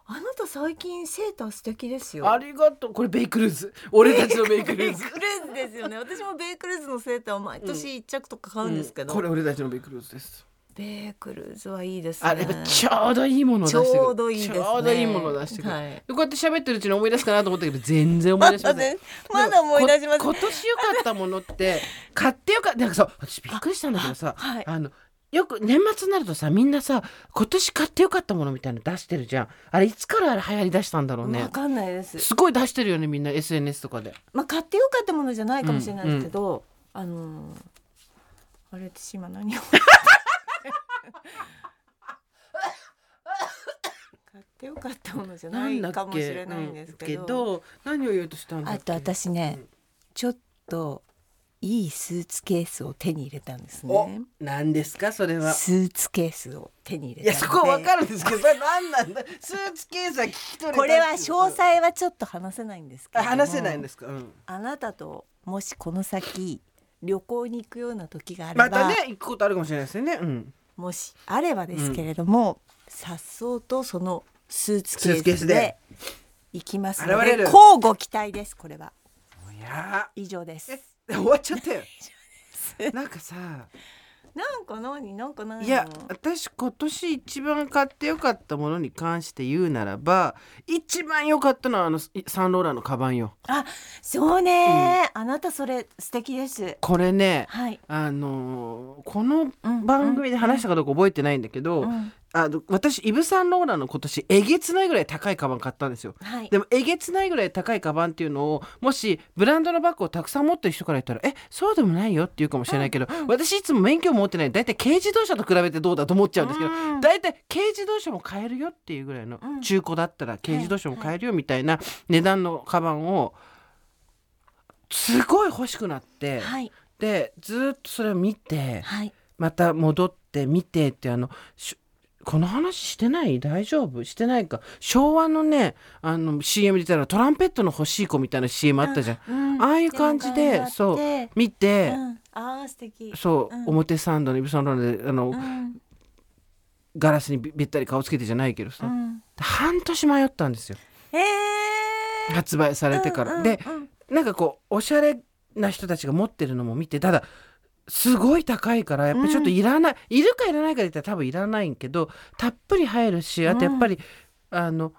Speaker 2: あなた最近セーター素敵ですよ
Speaker 1: ありがとう。これベイクルーズ。俺たちのベイクル
Speaker 2: ベイ
Speaker 1: ーズ。
Speaker 2: クルーズですよね私もベイクルーズのセーターを毎年一着とか買うんですけど、
Speaker 1: これ俺たちのベイクルーズです。
Speaker 2: ベイクルーズはいいですね
Speaker 1: あれちょうどいいものを出してくる。
Speaker 2: ちょうどいいですね
Speaker 1: ちょうどいいものを出してくる。
Speaker 2: はい
Speaker 1: でこうやって喋ってるうちに思い出すかなと思ったけど全然思い出しません。
Speaker 2: まだ思い出しません
Speaker 1: でもこ今年良かったも のって買ってよかった。なんかそう私びっくりしたんだけどさ、
Speaker 2: あはい
Speaker 1: あの。よく年末になるとさみんなさ今年買ってよかったものみたいなの出してるじゃんあれいつからあれ流行り出したんだろうね
Speaker 2: わかんないです
Speaker 1: すごい出してるよねみんな SNS とかで
Speaker 2: まあ買ってよかったものじゃないかもしれないですけど、あのーあれ私今何を買ってよかったものじゃない
Speaker 1: んだ
Speaker 2: か
Speaker 1: っ
Speaker 2: もし
Speaker 1: け
Speaker 2: れないんですけど
Speaker 1: うん何を言おうとしたんだっ
Speaker 2: あ
Speaker 1: け
Speaker 2: と私ね、ちょっといいスーツケースを手に入れたんです
Speaker 1: お
Speaker 2: ね、
Speaker 1: 何ですかそれは。
Speaker 2: スーツケースを手に入
Speaker 1: い
Speaker 2: れ
Speaker 1: や
Speaker 2: た
Speaker 1: そこはわか
Speaker 2: る
Speaker 1: る んですけど、それ何なんだ。スーツケースは聞き取れたっていう。
Speaker 2: これは詳細はちょっと話せないんですけ
Speaker 1: あ
Speaker 2: れども
Speaker 1: 話せないんですか。うん。
Speaker 2: あなたともしこの先旅行に行くような時があれば、
Speaker 1: またね行くことあるかもしれないですよね。うん。
Speaker 2: もしあればですけれども、さっそうとそのスーツケ
Speaker 1: スーツケ
Speaker 2: ー
Speaker 1: ー
Speaker 2: ス
Speaker 1: ス
Speaker 2: で
Speaker 1: で
Speaker 2: 行きますの
Speaker 1: 現
Speaker 2: で
Speaker 1: れる
Speaker 2: 交互期待ですこれはい
Speaker 1: や
Speaker 2: 以上です
Speaker 1: ー終わっちゃっ たよ。なんかさ、
Speaker 2: なんか何なんか何
Speaker 1: いや私今年一番買ってよかったものに関して言うならば、一番良かったのはあのサンローランのカバンよ。
Speaker 2: あそうね、あなたそれ素敵です
Speaker 1: これね。
Speaker 2: はい
Speaker 1: あのーこの番組で話したかどうか覚えてないんだけど、
Speaker 2: ん
Speaker 1: あの私イブ・サンローランの今年えげつないぐらい高いカバン買ったんですよ。
Speaker 2: はい
Speaker 1: でもえげつないぐらい高いカバンっていうのをもしブランドのバッグをたくさん持ってる人から言ったら「えそうでもないよ」って言うかもしれないけど、私いつも免許持ってないんで大体軽自動車と比べてどうだと思っちゃうんですけど、大体軽自動車も買えるよっていうぐらいの中古だったら軽自動車も買えるよみたいな値段のカバンをすごい欲しくなって。
Speaker 2: はい
Speaker 1: でずーっとそれを見て
Speaker 2: はい
Speaker 1: また戻って見てってあのしこの話してない大丈夫してないか昭和のねあの CM で言ったらトランペットの欲しい子みたいな CM あったじゃんあ,、
Speaker 2: うん
Speaker 1: あいう感じ
Speaker 2: なん
Speaker 1: で
Speaker 2: か
Speaker 1: そ
Speaker 2: あっ
Speaker 1: う
Speaker 2: て
Speaker 1: 見て、
Speaker 2: うん、あー素敵
Speaker 1: そう、
Speaker 2: うん
Speaker 1: 表参道のイブ・サンローランであの、
Speaker 2: うん
Speaker 1: ガラスにべべったり顔つけてじゃないけどさ、
Speaker 2: うん
Speaker 1: 半年迷ったんですよ
Speaker 2: えー
Speaker 1: 発売されてから。
Speaker 2: うんうん
Speaker 1: で
Speaker 2: うん
Speaker 1: なんかこうおしゃれな人たちが持ってるのも見てただすごい高いからやっぱりちょっといらない、いるかいらないかで言ったら多分いらないけどたっぷり入るしあとやっぱり、あの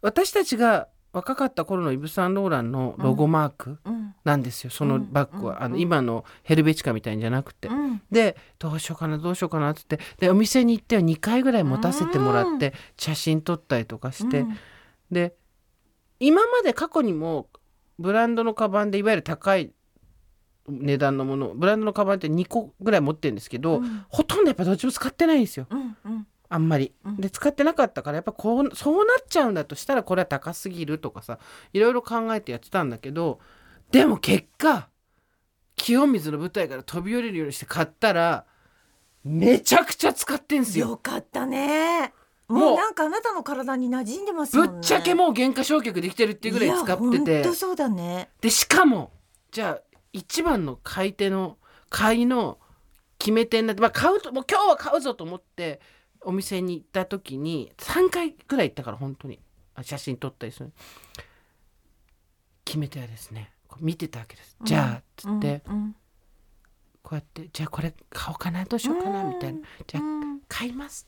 Speaker 1: 私たちが若かった頃のイブ・サンローランのロゴマーク
Speaker 2: うん
Speaker 1: なんですよ、そのバッグは、あの今のヘルベチカみたいんじゃなくて。
Speaker 2: うん
Speaker 1: でどうしようかなどうしようかなって言ってでお店に行っては2回ぐらい持たせてもらって写真撮ったりとかして、
Speaker 2: うん
Speaker 1: で今まで過去にもブランドのカバンでいわゆる高い値段のものブランドのカバンって2個ぐらい持ってるんですけど、ほとんどやっぱどっちも使ってないんですよ
Speaker 2: うんうん
Speaker 1: あんまり。で使ってなかったからやっぱこうそうなっちゃうんだとしたらこれは高すぎるとかさいろいろ考えてやってたんだけどでも結果清水の舞台から飛び降りるようにして買ったらめちゃくちゃ使ってんすよ。
Speaker 2: よかったね
Speaker 1: もう
Speaker 2: もうなんかあなたの体に馴染んでますも
Speaker 1: ぶ
Speaker 2: んね
Speaker 1: っちゃけもう原価償却できてるっていうぐらい使ってて。
Speaker 2: いやほんとそうだね
Speaker 1: でしかもじゃあ一番の買い手の買いの決め手になって、まあ、買うともう今日は買うぞと思ってお店に行った時に3回くらい行ったから本当にあ写真撮ったりする決め手はですねこう見てたわけです、じゃあっつって、
Speaker 2: うん
Speaker 1: こうやってじゃあこれ買おうかなどうしようかなみたいなじゃあ
Speaker 2: うん
Speaker 1: 買います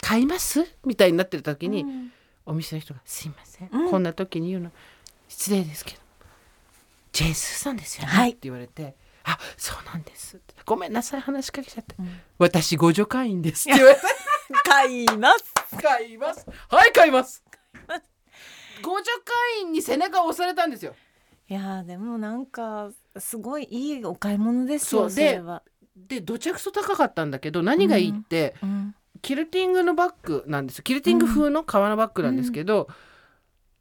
Speaker 1: 買いますみたいになってる時に、
Speaker 2: うん
Speaker 1: お店の人が「すいません、
Speaker 2: うん
Speaker 1: こんな時に言うの失礼ですけどジェイスーさんですよね」
Speaker 2: はい
Speaker 1: って言われて「あそうなんです」ごめんなさい話しかけちゃって「私互助会員です」って言われて
Speaker 2: 買います
Speaker 1: 買いますはい買います互助会員に背中を押されたんですよ
Speaker 2: いやーでもなんかすごいいいお買い物ですよ
Speaker 1: そう
Speaker 2: そ
Speaker 1: で
Speaker 2: れは、
Speaker 1: で土着そ高かったんだけど何がいいって、
Speaker 2: うん、
Speaker 1: キルティングのバッグなんですよキルティング風の革のバッグなんですけど、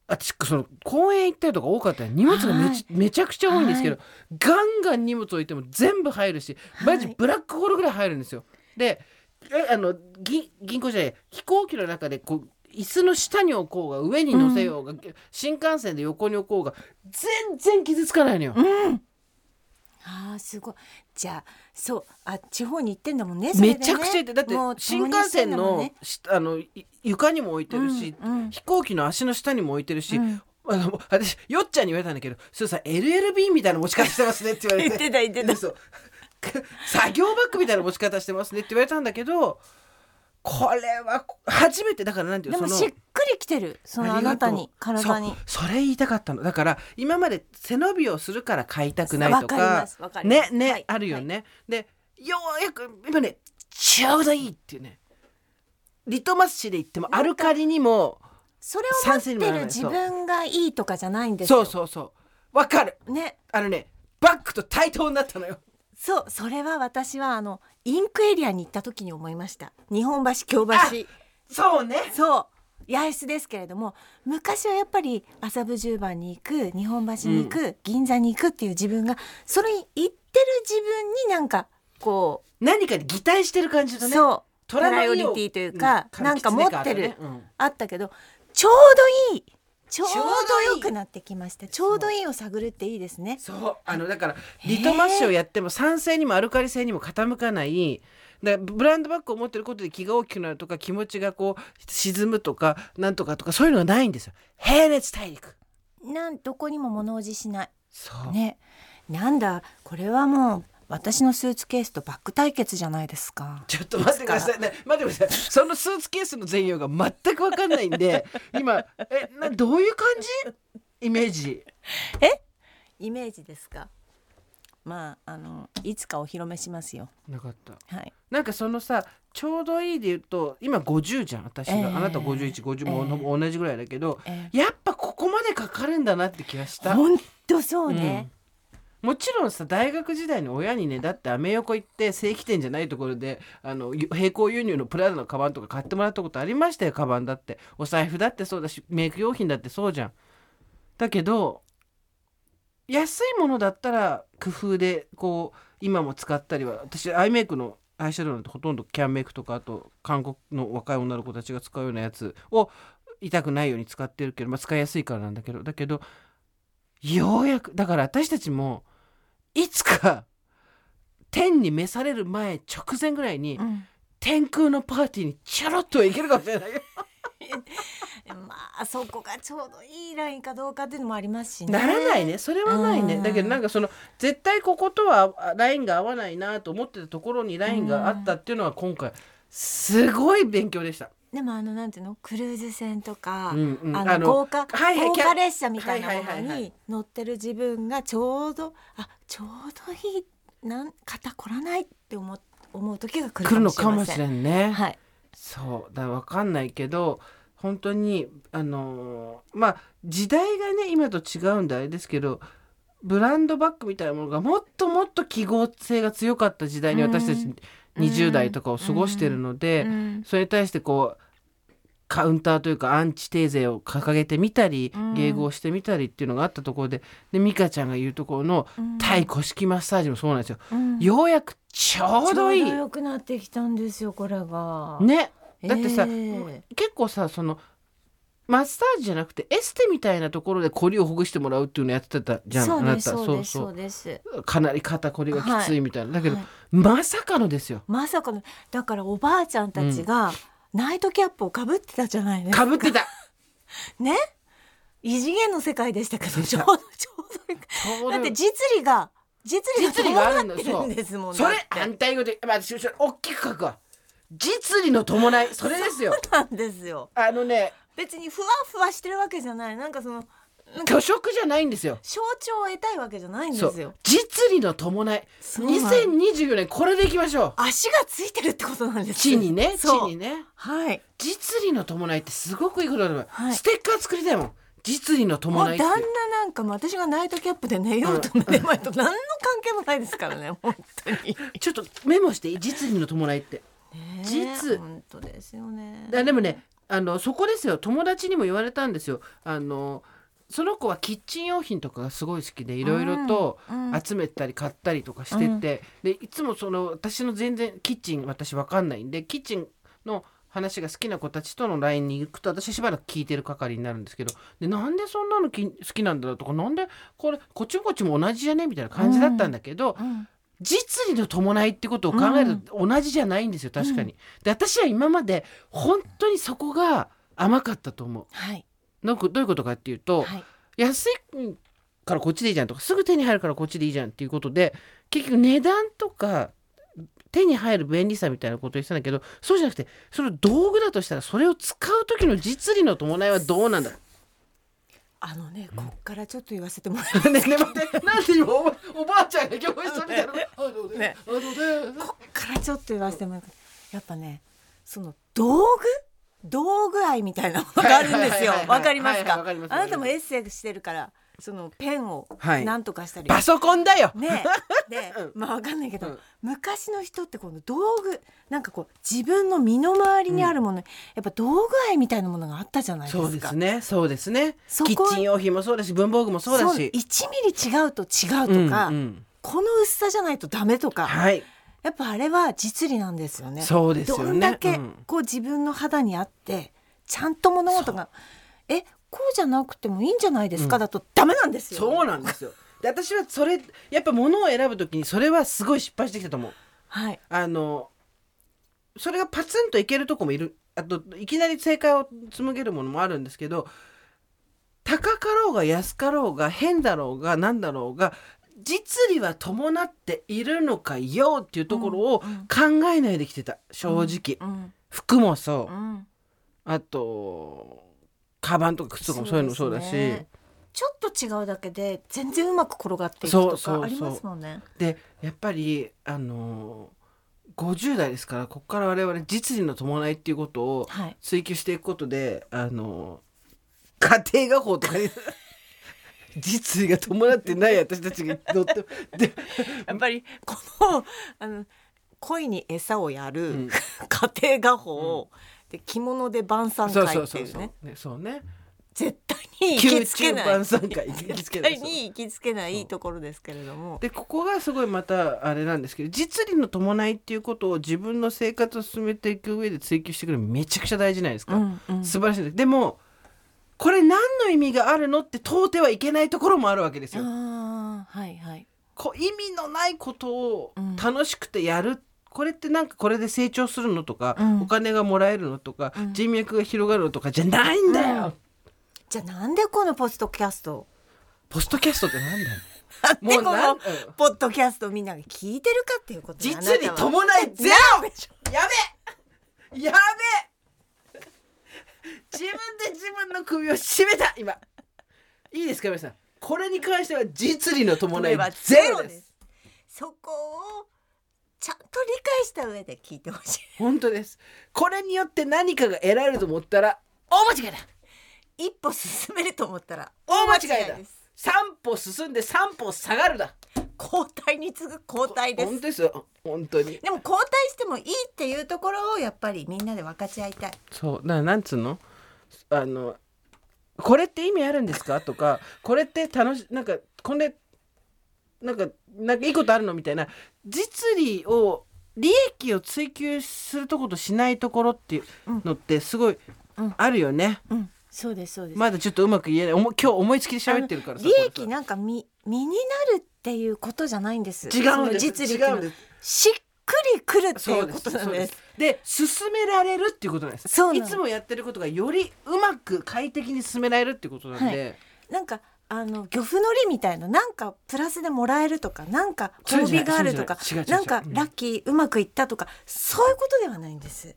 Speaker 1: あちその公園行ったりとか多かったら荷物がめち,、めちゃくちゃ多いんですけど、ガンガン荷物置いても全部入るしマジ
Speaker 2: はい
Speaker 1: ブラックホールぐらい入るんですよ。でえあの銀銀行じゃない飛行機の中でこう椅子の下に置こうが上に乗せようが、新幹線で横に置こうが全然傷つかないのよ。
Speaker 2: あーすごいじゃあそうあ地方に行ってんだもんねそれ
Speaker 1: め
Speaker 2: でね
Speaker 1: ちゃくちゃ痛いだって
Speaker 2: もう
Speaker 1: 新
Speaker 2: 共に
Speaker 1: 幹
Speaker 2: してん
Speaker 1: 線
Speaker 2: だもん
Speaker 1: の
Speaker 2: ね
Speaker 1: しあのい床にも置いてるし、
Speaker 2: うんうん
Speaker 1: 飛行機の足の下にも置いてるし、
Speaker 2: うん
Speaker 1: あの私よっちゃんに言われたんだけど「それさ LLB みたいな持ち方してますね」って言われ
Speaker 2: 言
Speaker 1: て
Speaker 2: ってた言ってた
Speaker 1: そう 作業バッグみたいな持ち方してますねって言われたんだけどこれは初めてだからなんていう
Speaker 2: で
Speaker 1: の
Speaker 2: も
Speaker 1: そ
Speaker 2: し
Speaker 1: の
Speaker 2: っくりきてるそのあ
Speaker 1: りが
Speaker 2: な
Speaker 1: とう
Speaker 2: たに体に
Speaker 1: そうそれ言いたかったのだから今まで背伸びをするから買いたくないとか
Speaker 2: わかりますわかりま
Speaker 1: ね
Speaker 2: す
Speaker 1: ね、
Speaker 2: はい
Speaker 1: あるよね、でようやく今ねちょうどいいっていうねリトマス紙で言ってもアルカリにも
Speaker 2: それを持ってる自
Speaker 1: 賛成にもなら
Speaker 2: 分がいいとかじゃないんです
Speaker 1: そ
Speaker 2: よ
Speaker 1: うそうそうわかる
Speaker 2: ね
Speaker 1: あのねバッグと対等になったのよ
Speaker 2: そうそれは私はあのインクエリアに行った時に思いました日本橋京橋
Speaker 1: そうね
Speaker 2: そう八重洲ですけれども昔はやっぱり麻布十番に行く日本橋に行く、銀座に行くっていう自分がそれに行ってる自分になんかこ
Speaker 1: 何かに擬態してる感じ
Speaker 2: う、
Speaker 1: とね
Speaker 2: そうプ
Speaker 1: 虎の
Speaker 2: ライオ
Speaker 1: 意
Speaker 2: リ
Speaker 1: を
Speaker 2: ティというか、
Speaker 1: うん
Speaker 2: なんか持ってる、
Speaker 1: きつね感あねうん
Speaker 2: あったけどちょうどいいちょうどよくなってきましたちょうどいいを探るっていいですね
Speaker 1: そうあのだからリトマス紙をやっても酸性にもアルカリ性にも傾かないだからブランドバッグを持ってることで気が大きくなるとか気持ちがこう沈むとかなんとかとかそういうのがないんですよ平熱大陸
Speaker 2: なんどこにも物おじしない
Speaker 1: そう、
Speaker 2: ねなんだこれはもう私のスーツケースとバッグ対決じゃないですか
Speaker 1: ちょっと待ってくださいね待ってくださいそのスーツケースの全容が全く分かんないん で今えなどういう感じイメージ
Speaker 2: イメージですかまああのいつかお披露目しますよ
Speaker 1: なかった
Speaker 2: はい
Speaker 1: なんかそのさちょうどいいで言うと今50じゃん私が、
Speaker 2: ええ
Speaker 1: あなた5150も、も同じぐらいだけど、
Speaker 2: え
Speaker 1: やっぱここまでかかるんだなって気がした
Speaker 2: ほんとそうね、
Speaker 1: もちろんさ大学時代に親にねだってアメ横行って正規店じゃないところであのゆ並行輸入のプラダのカバンとか買ってもらったことありましたよカバンだってお財布だってそうだしメイク用品だってそうじゃんだけど安いものだったら工夫でこう今も使ったりは私アイメイクのアイシャドウなんてほとんどキャンメイクとかあと韓国の若い女の子たちが使うようなやつを痛くないように使ってるけど、まあ、使いやすいからなんだけどだけどようやくだから私たちもいつか天に召される前直前ぐらいに、
Speaker 2: うん
Speaker 1: 天空のパーティーにチャロッとは行けるかもしれないよ。
Speaker 2: まあそこがちょうどいいラインかどうかっていうのもありますしね
Speaker 1: ならないねそれはないね、
Speaker 2: うん
Speaker 1: だけどなんかその絶対こことはあラインが合わないなと思ってたところにラインがあったっていうのは今回すごい勉強でした。
Speaker 2: でもあのなんていうのクルーズ船とか、
Speaker 1: うんうん
Speaker 2: あの
Speaker 1: あの
Speaker 2: 豪華、
Speaker 1: はいはい
Speaker 2: 豪華列車みたいな
Speaker 1: はいは
Speaker 2: もの
Speaker 1: いはいは
Speaker 2: に乗ってる自分がちょうどあちょうどいいなん肩こらないって思う思う時が来
Speaker 1: 来る
Speaker 2: る
Speaker 1: の
Speaker 2: か
Speaker 1: か
Speaker 2: も
Speaker 1: も
Speaker 2: し
Speaker 1: し
Speaker 2: れ
Speaker 1: れ
Speaker 2: ま
Speaker 1: んね。
Speaker 2: せん。はい。
Speaker 1: そうだからわかんないけど本当にあのーまあ時代がね今と違うんであれですけどブランドバッグみたいなものがもっともっと記号性が強かった時代に私たち20代とかを過ごしてるので、
Speaker 2: うん
Speaker 1: それに対してこうカウンターというかアンチテーゼを掲げてみたり、
Speaker 2: うん
Speaker 1: 迎合してみたりっていうのがあったところでで美香ちゃんが言うところのタイ古式マッサージもそうなんですよ。
Speaker 2: うん
Speaker 1: ようやくちょうどい
Speaker 2: ち
Speaker 1: い
Speaker 2: ょうど良くなってきたんですよこれが。
Speaker 1: ねだってさ、
Speaker 2: ええ
Speaker 1: 結構さそのマッサージじゃなくてエステみたいなところでコリをほぐしてもらうっていうのやってたじゃん
Speaker 2: そう
Speaker 1: あな
Speaker 2: で
Speaker 1: た
Speaker 2: すそうですそう
Speaker 1: う
Speaker 2: です。
Speaker 1: かなり肩こりがきついみたいな、だけど、
Speaker 2: はい
Speaker 1: まさかのですよ
Speaker 2: まさかのだからおばあちゃんたちがナイトキャップをかぶってたじゃないです
Speaker 1: か
Speaker 2: か。
Speaker 1: ぶってた
Speaker 2: ね。異次元の世界でしたけどちょうどちょうどいい。 だって実利が実利が
Speaker 1: 実利があるん
Speaker 2: 伴
Speaker 1: だ
Speaker 2: ってるんですもん
Speaker 1: それ
Speaker 2: だって
Speaker 1: 反対語で、まあ、しゅしゅ大きく書くわ実利の 伴いそれですよ
Speaker 2: なんですよ
Speaker 1: あのね
Speaker 2: 別にふわふわしてるわけじゃないなんかそのなんか
Speaker 1: 虚飾じゃないんですよ
Speaker 2: 象徴を得たいわけじゃないんで
Speaker 1: そう
Speaker 2: すよ
Speaker 1: 実利の伴い
Speaker 2: そうなん
Speaker 1: 2024年これでいきましょう
Speaker 2: 足がついてるってことなんです
Speaker 1: 地にね地
Speaker 2: そう
Speaker 1: にね
Speaker 2: はい
Speaker 1: 実利の伴いってすごくいいことだと思う、
Speaker 2: はい
Speaker 1: ステッカー作りたいもん実利の
Speaker 2: もう
Speaker 1: 伴い
Speaker 2: 旦
Speaker 1: っ
Speaker 2: 那
Speaker 1: ていう
Speaker 2: なんかも私がナイトキャップで寝ようと寝まいと何の関係もないですから ね本当に
Speaker 1: ちょっとメモしていい実利の伴いって実
Speaker 2: ねえ本当ですよね
Speaker 1: だでもねあのそこですよ友達にも言われたんですよあのその子はキッチン用品とかがすごい好きでいろいろと
Speaker 2: うん
Speaker 1: 集めたり買ったりとかしてて、でいつもその私の全然キッチン私わかんないんでキッチンの話が好きな子たちとの LINE に行くと私しばらく聞いてる係になるんですけどでなんでそんなのき好きなんだろうとかなんでこれこっちもこっちも同じじゃねみたいな感じだったんだけど、
Speaker 2: うん
Speaker 1: 実利の伴いってことを考えると同じじゃないんですよ、確かに。で私は今まで本当にそこが甘かったと思
Speaker 2: はい、
Speaker 1: う。なんかどういうことかっていうと、
Speaker 2: はい、
Speaker 1: 安いからこっちでいいじゃんとかすぐ手に入るからこっちでいいじゃんっていうことで結局値段とか手に入る便利さみたいなことを言ってたんだけどそうじゃなくてその道具だとしたらそれを使う時の実利の伴いはどうなん だね
Speaker 2: あのねこっからちょっと言わせてもら
Speaker 1: ね待ってなんで今おばおばあちゃんが教室みたいなあのね
Speaker 2: ね
Speaker 1: あのね
Speaker 2: こっからちょっと言わせてもらうやっぱねその道具道具愛みたいなものがあるんですよ
Speaker 1: はいはいはいはい
Speaker 2: わかります
Speaker 1: はいはい
Speaker 2: か
Speaker 1: わかります
Speaker 2: あなたもエッセイしてるからそのペンを
Speaker 1: はい
Speaker 2: なんとかしたり、
Speaker 1: パソコンだよ
Speaker 2: ねえでまあわかんないけど、
Speaker 1: うん
Speaker 2: 昔の人ってこの道具なんかこう自分の身の回りにあるもの、やっぱ道具愛みたいなものがあったじゃないですか
Speaker 1: そうですねそうですね
Speaker 2: そこ
Speaker 1: キッチン用品もそうだし文房具もそうだ
Speaker 2: そう
Speaker 1: し
Speaker 2: 1ミリ違うと違うとか、
Speaker 1: うんうん
Speaker 2: この薄さじゃないとダメとか、
Speaker 1: はい
Speaker 2: やっぱあれは実利なんですよね。
Speaker 1: そうですよね
Speaker 2: どんだ
Speaker 1: う
Speaker 2: け
Speaker 1: ん
Speaker 2: こう自分の肌に合ってちゃんと物事がえこうじゃなくてもいいんじゃないですか、だとダメなんですよ。
Speaker 1: そうなんですよで私はそれやっぱ物を選ぶときにそれはすごい失敗してきたと思う
Speaker 2: はい。
Speaker 1: あのそれがパツンといけるとこもいるあといきなり正解を紡げるものもあるんですけど高かろうが安かろうが変だろうが何だろうが実利は伴っているのかよっていうところを考えないできてた正直、
Speaker 2: うん
Speaker 1: 服もそう、
Speaker 2: うん。
Speaker 1: あとカバンとか靴とかもそういうのもそうだ
Speaker 2: で
Speaker 1: し
Speaker 2: すねちょっと違うだけで全然うまく転がっていく
Speaker 1: そう
Speaker 2: と
Speaker 1: そう
Speaker 2: か
Speaker 1: そう
Speaker 2: ありますもんね。
Speaker 1: でやっぱりあの50代ですからここから我々実利の伴いっていうことを
Speaker 2: はい
Speaker 1: 追求していくことで、あの家庭画法とか に実利が伴ってない私たちが乗って で
Speaker 2: やっぱりこのあの恋に餌をやる、家庭画法、で着物で晩餐
Speaker 1: そう
Speaker 2: 会
Speaker 1: そう
Speaker 2: って
Speaker 1: そう
Speaker 2: いう
Speaker 1: そう
Speaker 2: ね
Speaker 1: ねそうね
Speaker 2: 絶対に行
Speaker 1: 宮
Speaker 2: きつけ
Speaker 1: 中
Speaker 2: ない
Speaker 1: 晩餐会行きつ
Speaker 2: 絶
Speaker 1: けない
Speaker 2: 対
Speaker 1: そう
Speaker 2: に行きつけないところですけれども。
Speaker 1: でここがすごいまたあれなんですけど実利の伴いっていうことを自分の生活を進めていく上で追求してくるのめちゃくちゃ大事じゃないですか、
Speaker 2: うんうん
Speaker 1: 素晴らしいですでもこれ何の意味があるのって問うてはいけないところもあるわけですよ、
Speaker 2: ああはいはい。
Speaker 1: こう意味のないことを
Speaker 2: ん
Speaker 1: 楽しくてやる、これってなんかこれで成長するのとか、
Speaker 2: ん
Speaker 1: お金がもらえるのとか、人脈が広がるのとかじゃないんだよ、
Speaker 2: じゃあなんでこのポストキャスト
Speaker 1: ポストキャストってなんだよ
Speaker 2: で
Speaker 1: もう
Speaker 2: こ
Speaker 1: なん
Speaker 2: のポッドキャストをみんなが聞いてるかっていうこと
Speaker 1: 実利伴いゼ
Speaker 2: ロでしょ
Speaker 1: やべえやべえ自分で自分の首を絞めた今いいですか皆さんこれに関しては実利の伴いはゼロです
Speaker 2: そこをちゃんと理解した上で聞いてほし
Speaker 1: 本当ですこれによって何かが得られると思ったら大間違いだ
Speaker 2: い一歩進めると思ったら
Speaker 1: 大間違いだ
Speaker 2: です
Speaker 1: 三歩進んで三歩下がるだ
Speaker 2: 交代に次ぐ交代です
Speaker 1: 本当ですよ本当に
Speaker 2: でも交代してもいいっていうところをやっぱりみんなで分かち合いたい
Speaker 1: そうだからなんつうのあのこれって意味あるんですかとかこれって楽しなんかこれなんかなんかいいことあるのみたいな実利を利益を追求するとことしないところっていうのってすごいあるよね、
Speaker 2: うんそうですそうで
Speaker 1: まだちょっとうまく言えないおも今日思いつきで喋ってるからさ
Speaker 2: 利
Speaker 1: これ
Speaker 2: 益なんか身身になるっていうことじゃないんです
Speaker 1: 違うんです
Speaker 2: その実利っていうの
Speaker 1: 違うんです
Speaker 2: しっくりくるってい
Speaker 1: そう
Speaker 2: う
Speaker 1: で
Speaker 2: こ
Speaker 1: す
Speaker 2: となん
Speaker 1: そう
Speaker 2: で
Speaker 1: ですすで進められるっていうことなんです
Speaker 2: そうなの
Speaker 1: いつもやってることがよりうまく快適に進められるっていうことなんで、
Speaker 2: なんかあの漁夫のりみたいななんかプラスでもらえるとかなんか褒美があるとか
Speaker 1: そうじゃないそうじゃ
Speaker 2: な
Speaker 1: な
Speaker 2: んか
Speaker 1: い違う違う違う
Speaker 2: ラッキーうまくいったとかそういうことではないんです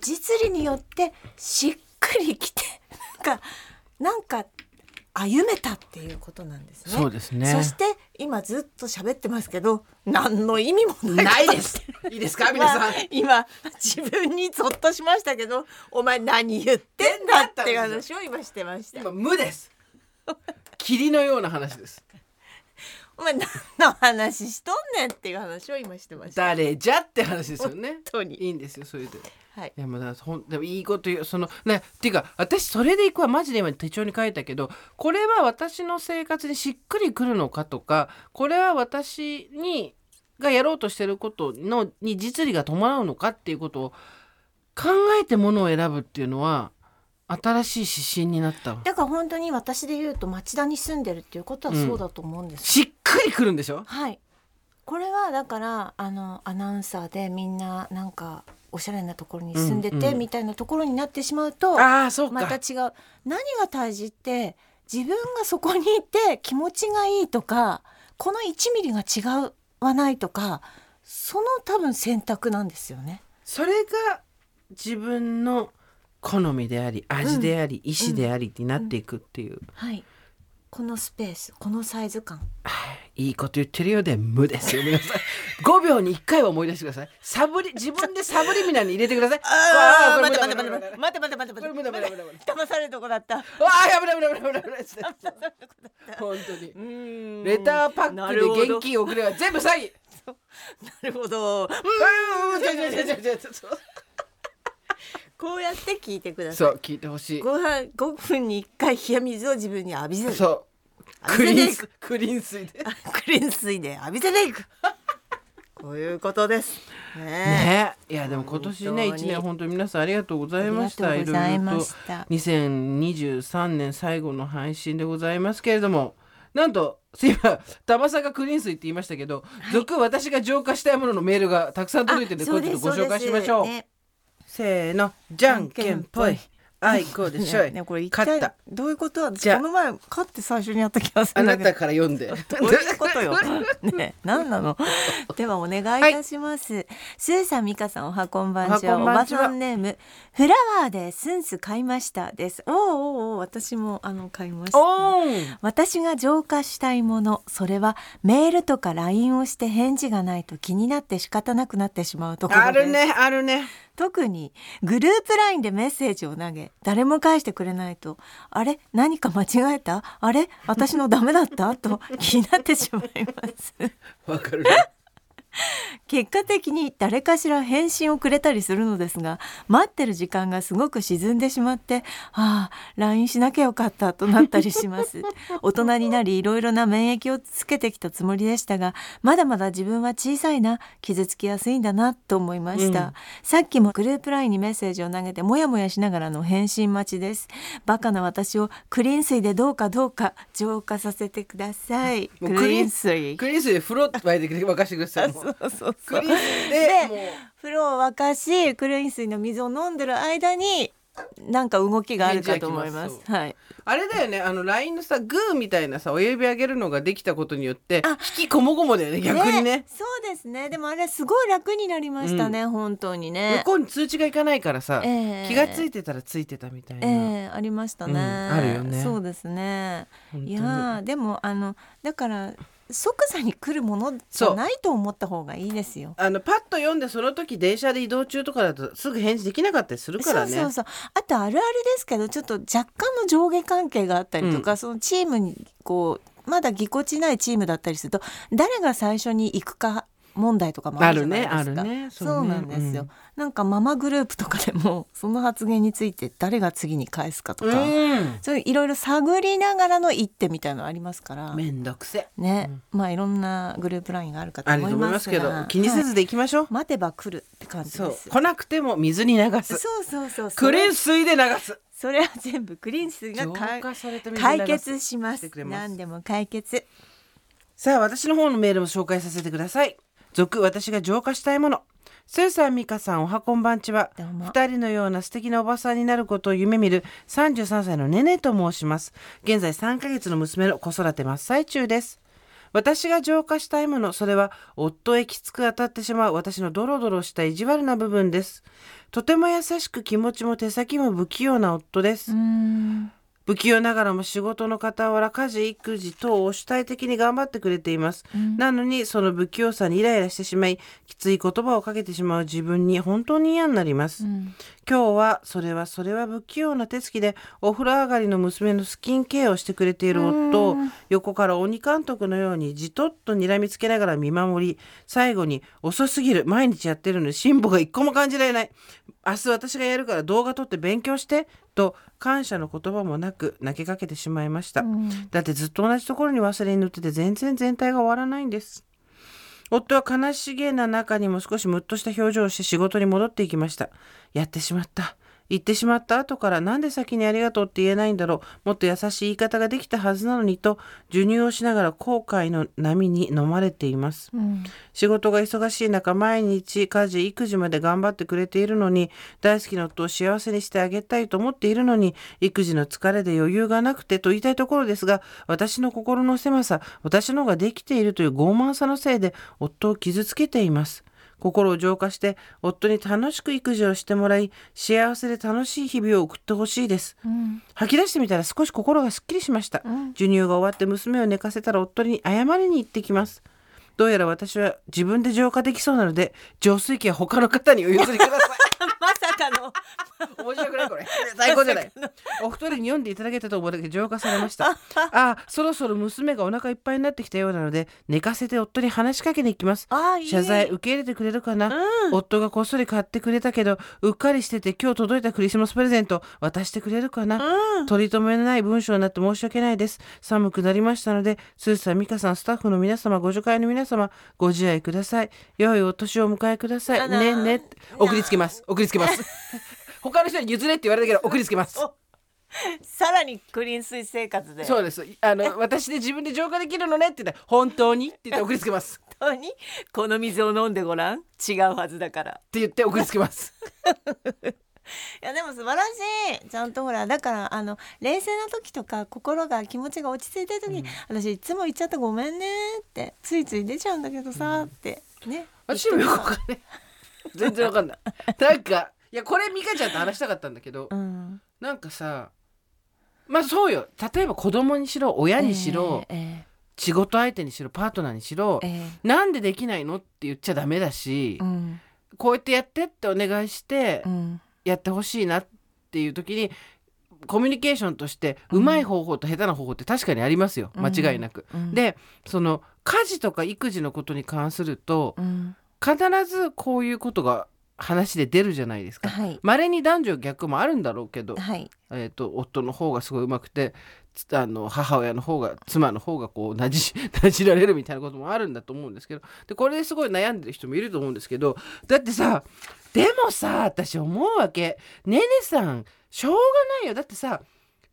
Speaker 2: 実利によってしっくりきてなんかなんか歩めたっていうことなんですね。
Speaker 1: そうですね
Speaker 2: そして今ずっと喋ってますけど何の意味もない
Speaker 1: ないです。いいで すか皆さん。
Speaker 2: 今自分にゾッとしましたけどお前何言ってんだっていう話を今してました
Speaker 1: 今無です。霧のような話です。
Speaker 2: お前何の話しとんねんっていう話を今してました
Speaker 1: 誰じゃって話ですよね。
Speaker 2: 本当に
Speaker 1: いいんですよそれで。
Speaker 2: はい
Speaker 1: いやもうだからほんでもいいこと言うそのねっていうか私それでいくはマジで今手帳に書いたけどこれは私の生活にしっくりくるのかとかこれは私にがやろうとしてることのに実利が伴うのかっていうことを考えてものを選ぶっていうのは新しい指針になったわ
Speaker 2: だから本当に私で言うと町田に住んでるっていうことはそうだと思うんです、
Speaker 1: しっくりくるんでしょ
Speaker 2: はいこれはだからあのアナウンサーでみんななんかおしゃれなところに住んで
Speaker 1: うんう
Speaker 2: て
Speaker 1: ん
Speaker 2: みたいなところになってしまうと、
Speaker 1: ああそうか、
Speaker 2: また違う何が大事って自分がそこにいて気持ちがいいとかこの1ミリが違うはないとかその多分選択なんですよね。
Speaker 1: それが自分の好みであり味であり、意思でありってなっていくっていう、
Speaker 2: はいこのスペースこのサイズ感
Speaker 1: いいこと言ってるようで無ですよ皆さん5秒に1回は思い出してくださいサブリ自分でサブリミナルに入れてくださいあーこれ無だこれ無だこれ無だ
Speaker 2: 待て待て待て
Speaker 1: これ無だこれ無だこれ無だ
Speaker 2: 騙されるとこだった。
Speaker 1: うわーやぶれやぶれやぶれやぶれ本当にレターパックで現金送れば全部詐欺
Speaker 2: なるほど。
Speaker 1: うんうん違う違う違う違う
Speaker 2: こうやって聞いてくださ
Speaker 1: そ
Speaker 2: い。
Speaker 1: う聞いてほしい
Speaker 2: ご飯5分に1回冷や水を自分に浴びせる。
Speaker 1: そうク
Speaker 2: 浴びせ
Speaker 1: リー
Speaker 2: て
Speaker 1: ン
Speaker 2: いく
Speaker 1: スクリーン水で
Speaker 2: クリーン水で浴びせていく。こういうことです。ね
Speaker 1: ね、いやでも今年ね
Speaker 2: 本当に
Speaker 1: 一年本当に皆さんありがとうございました。
Speaker 2: ありがとうございました
Speaker 1: いろいろと2023年最後の配信でございますけれども、なんと今ダマさんがクリーン水って言いましたけど、続私が浄化したいもののメールがたくさん届いてるのでこれちょっとご紹介しましょう。
Speaker 2: ね
Speaker 1: せーのじゃんけんぽいあいこでしょ い。
Speaker 2: ねこれ一
Speaker 1: 勝っ
Speaker 2: 体
Speaker 1: た
Speaker 2: どういうことはこ
Speaker 1: じゃあ
Speaker 2: の前勝って最初にやった気がする
Speaker 1: あ
Speaker 2: ん
Speaker 1: な
Speaker 2: だけど
Speaker 1: たから読んで。
Speaker 2: どういう こと よ。 ねえ、何 なの。ではお願いいたします。スーさん、ミカさん、おはこんばんちは。お
Speaker 1: おはこんばん
Speaker 2: ば
Speaker 1: ちは
Speaker 2: さんネーム、フラワーでスンス買いましたです。おーおーおー私もあの買いました。
Speaker 1: おーん。
Speaker 2: 私が浄化したいものそれはメールとか LINE をして返事がないと気になって仕方なくなってしまうところです
Speaker 1: あるねあるね。
Speaker 2: 特にグループ LINE でメッセージを投げ誰も返してくれないとあれ何か間違えたあれ私のダメだったと気になってしまいます
Speaker 1: わかる。
Speaker 2: 結果的に誰かしら返信をくれたりするのですが待ってる時間がすごく沈んでしまってああ LINE しなきゃよかったとなったりします 大人になりいろいろな免疫をつけてきたつもりでしたがまだまだ自分は小さいな傷つきやすいんだなと思いました、さっきもグループ LINE にメッセージを投げてもやもやしながらの返信待ちですバカな私をクリーン水でどうかどうか浄化させてください
Speaker 1: も
Speaker 2: ク
Speaker 1: う
Speaker 2: リーン水
Speaker 1: クリーン水で風呂沸いてくれ沸かしてください。もう
Speaker 2: そうそうそ
Speaker 1: ク
Speaker 2: う
Speaker 1: リーン水でもう。
Speaker 2: 風呂を沸かしクリーン水の水を飲んでる間になんか動きがあるかと思います
Speaker 1: 返事が来ま
Speaker 2: はい
Speaker 1: あれだよね、あの LINE のさ、グーみたいなさ、親指上げるのができたことによって、引きこもごもだよね、逆にね。
Speaker 2: そうですねでもあれすごい楽になりましたね、本当に
Speaker 1: 向
Speaker 2: ね
Speaker 1: こうに通知がいかないからさ、
Speaker 2: ええ
Speaker 1: 気がついてたらついてたみたいな。
Speaker 2: ええありましたね、
Speaker 1: うんあるよね
Speaker 2: そうですね
Speaker 1: 本当に
Speaker 2: いやーでもあのだから即座に来るものじ
Speaker 1: そ
Speaker 2: ゃ
Speaker 1: う
Speaker 2: ないと思った方がいいですよ
Speaker 1: あのパッと読んでその時電車で移動中とかだとすぐ返事できなかったりするからね
Speaker 2: そうそうそうあとあるあるですけどちょっと若干の上下関係があったりとか、そのチームにこうまだぎこちないチームだったりすると誰が最初に行くか問題とかもあるじゃないですか
Speaker 1: あるねあるねそ
Speaker 2: そう
Speaker 1: ね
Speaker 2: うなんですよ、
Speaker 1: うん
Speaker 2: なんかママグループとかでも その発言について誰が次に返すかとか、
Speaker 1: うん
Speaker 2: そういういろいろ探りながらの一手みたいのありますから
Speaker 1: めんどくせ
Speaker 2: ね、まあいろんなグループラインがあるかと
Speaker 1: ある
Speaker 2: 思
Speaker 1: と
Speaker 2: い
Speaker 1: 思い
Speaker 2: ま
Speaker 1: ます
Speaker 2: す
Speaker 1: け
Speaker 2: が
Speaker 1: ど気にせ
Speaker 2: は
Speaker 1: ずでいきましょう
Speaker 2: い、待てば来るって感じ
Speaker 1: そ
Speaker 2: で
Speaker 1: う
Speaker 2: す
Speaker 1: 来なくても水に流す
Speaker 2: そうそうそうそう
Speaker 1: クリーン水で流す
Speaker 2: それは全部クリーンスが
Speaker 1: 浄
Speaker 2: か
Speaker 1: 化された水で流す
Speaker 2: 解決しま
Speaker 1: して
Speaker 2: す
Speaker 1: くれます
Speaker 2: 何でも解決
Speaker 1: さあ私の方のメールも紹介させてください続私が浄化したいものスーさん美香さんおはこんばんちは
Speaker 2: どうも
Speaker 1: 二人のような素敵なおばさんになることを夢見る33歳のねねと申します現在3ヶ月の娘の子育て真っ最中です私が浄化したいものそれは夫へきつく当たってしまう私のドロドロした意地悪な部分ですとても優しく気持ちも手先も不器用な夫です不器用ながらも仕事の傍ら家事育児等を主体的に頑張ってくれています、なのにその不器用さにイライラしてしまいきつい言葉をかけてしまう自分に本当に嫌になります、今日はそれはそれは不器用な手つきでお風呂上がりの娘のスキンケアをしてくれている夫を横から鬼監督のようにじとっと睨みつけながら見守り最後に遅すぎる毎日やってるのに進歩が一個も感じられない明日私がやるから動画撮って勉強してと感謝の言葉もなく投げかけてしまいました、だってずっと同じところに忘れに塗ってて全然全体が終わらないんです夫は悲しげな中にも少しムッとした表情をして仕事に戻っていきました。やってしまった。言ってしまった後からなんで先にありがとうって言えないんだろう。もっと優しい言い方ができたはずなのにと、授乳をしながら後悔の波に飲まれています。仕事が忙しい中、毎日家事、育児まで頑張ってくれているのに、大好きな夫を幸せにしてあげたいと思っているのに、育児の疲れで余裕がなくてと言いたいところですが、私の心の狭さ、私の方ができているという傲慢さのせいで、夫を傷つけています。心を浄化して、夫に楽しく育児をしてもらい、幸せで楽しい日々を送ってほしいです。吐き出してみたら少し心がすっきりしました。授乳が終わって娘を寝かせたら夫に謝りに行ってきます。どうやら私は自分で浄化できそうなので、浄水器は他の方にお譲りください。
Speaker 2: まさかの
Speaker 1: 面白くないこれ 最高じゃないお二人に読んでいただけたと思うだけで浄化されましたああそろそろ娘がお腹いっぱいになってきたようなので寝かせて夫に話しかけに行きます
Speaker 2: あいい
Speaker 1: 謝罪受け入れてくれるかな、夫がこっそり買ってくれたけどうっかりしてて今日届いたクリスマスプレゼント渡してくれるかな、取り留めのない文章になって申し訳ないです寒くなりましたのでスーさん美香さんスタッフの皆様ご助会の皆様ご自愛ください良いお年をお迎えくださいねねって送りつけます送りつ けます他の人に譲れって言われたけど送りつけます。
Speaker 2: さらにクリーン水生活で
Speaker 1: そうです。あの私で自分で浄化できるのねって言ったら本当にって言って送りつけます。っ
Speaker 2: 当にこの水を飲んでごらん違うはずだから
Speaker 1: て言って送りつけます。
Speaker 2: いやでも素晴らしいちゃんとほらだからあの冷静な時とか心が気持ちが落ち着いた時に、私いつも言っちゃってごめんねってついつい出ちゃうんだけどさって、ね
Speaker 1: 私もよくわかんない。 全然わかんない。なんかいやこれミカちゃんと話したかったんだけど、
Speaker 2: うん
Speaker 1: なんかさ、まあそうよ。例えば子供にしろ親にしろ、
Speaker 2: えー
Speaker 1: 仕事相手にしろパートナーにしろ、
Speaker 2: えー
Speaker 1: なんでできないのって言っちゃダメだし、
Speaker 2: えーうん
Speaker 1: こうやってやってってお願いして。
Speaker 2: うん
Speaker 1: やってほしいなっていう時にコミュニケーションとしてうまい方法と下手な方法って確かにありますよ
Speaker 2: ん
Speaker 1: 間違いなく。
Speaker 2: うん
Speaker 1: でその家事とか育児のことに関すると
Speaker 2: うん
Speaker 1: 必ずこういうことが話で出るじゃないですか。
Speaker 2: はい
Speaker 1: まれに男女逆もあるんだろうけど、
Speaker 2: はい
Speaker 1: えー、と夫の方がすごいうまくてつあの母親の方が妻の方がこうなじし なじられるみたいなこともあるんだと思うんですけどでこれですごい悩んでる人もいると思うんですけどだってさでもさ私思うわけねねさんしょうがないよだってさ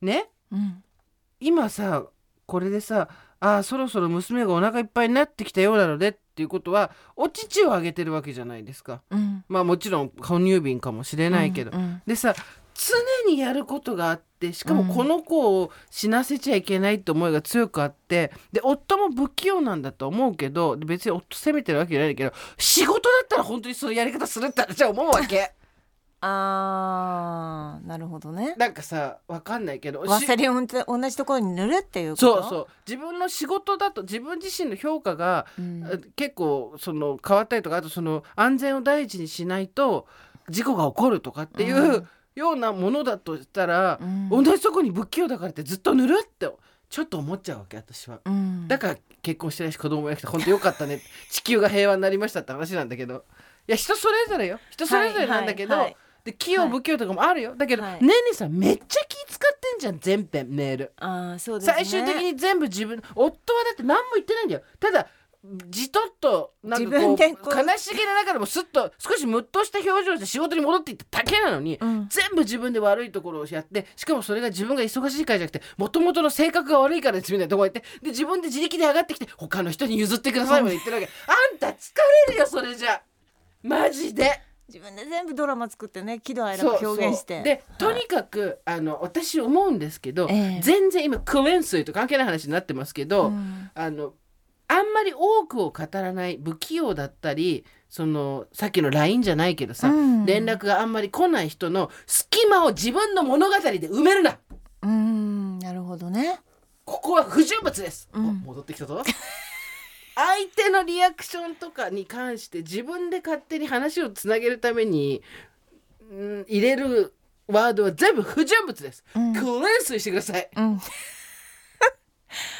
Speaker 1: ね
Speaker 2: うん
Speaker 1: 今さこれでさあーそろそろ娘がお腹いっぱいになってきたようなのでっていうことはお乳をあげてるわけじゃないですか。
Speaker 2: うん
Speaker 1: まあもちろん哺乳瓶かもしれないけど、
Speaker 2: うんうん
Speaker 1: でさ常にやることがあってしかもこの子を死なせちゃいけないって思いが強くあってで夫も不器用なんだと思うけど別に夫責めてるわけじゃないんだけど仕事だったら本当にそのやり方するって私は思うわ け
Speaker 2: あーなるほどね
Speaker 1: なんかさわかんないけどし
Speaker 2: ワセリンと同じところに塗るっていうこと
Speaker 1: そうそう自分の仕事だと自分自身の評価が、え結構その変わったりとかあとその安全を第一にしないと事故が起こるとかっていう、ようなものだとしたら、同じとこに不器用だからってずっと塗るってちょっと思っちゃうわけ私は。
Speaker 2: うん
Speaker 1: だから結婚してないし子供もいなくて本当よかっ たね地球が平和になりましたって話なんだけどいや人それぞれよ人それぞれなんだけど、
Speaker 2: はいはいはい
Speaker 1: で器用不器用とかもあるよだけど、
Speaker 2: はい
Speaker 1: ねえねえさんめっちゃ気使ってんじゃん全編メール。
Speaker 2: あーそうですね
Speaker 1: 最終的に全部自分夫はだって何も言ってないんだよただじとっとなんかこう
Speaker 2: 自分でこう
Speaker 1: 悲しげな中でもすっと少しムッとした表情で仕事に戻っていっただけなのに、
Speaker 2: ん
Speaker 1: 全部自分で悪いところをやってしかもそれが自分が忙しいからじゃなくてもともとの性格が悪いからですみたいなとこやってで自分で自力で上がってきて他の人に譲ってくださいまで言ってるわけあんた疲れるよそれじゃマジで。
Speaker 2: 自分で全部ドラマ作ってね喜怒哀楽表現して
Speaker 1: そうでとにかく、あの私思うんですけど、
Speaker 2: ええ
Speaker 1: 全然今クレン水と関係ない話になってますけ
Speaker 2: う
Speaker 1: ど、
Speaker 2: ん
Speaker 1: あのあんまり多くを語らない不器用だったりそのさっきの LINE じゃないけどさ、
Speaker 2: うん
Speaker 1: 連絡があんまり来ない人の隙間を自分の物語で埋めるな
Speaker 2: うーんなるほどね
Speaker 1: ここは不純物です、
Speaker 2: ん
Speaker 1: お戻ってきたぞ 相手のリアクションとかに関して自分で勝手に話をつなげるために、うん、入れるワードは全部不純物です、クレンスしてください
Speaker 2: うん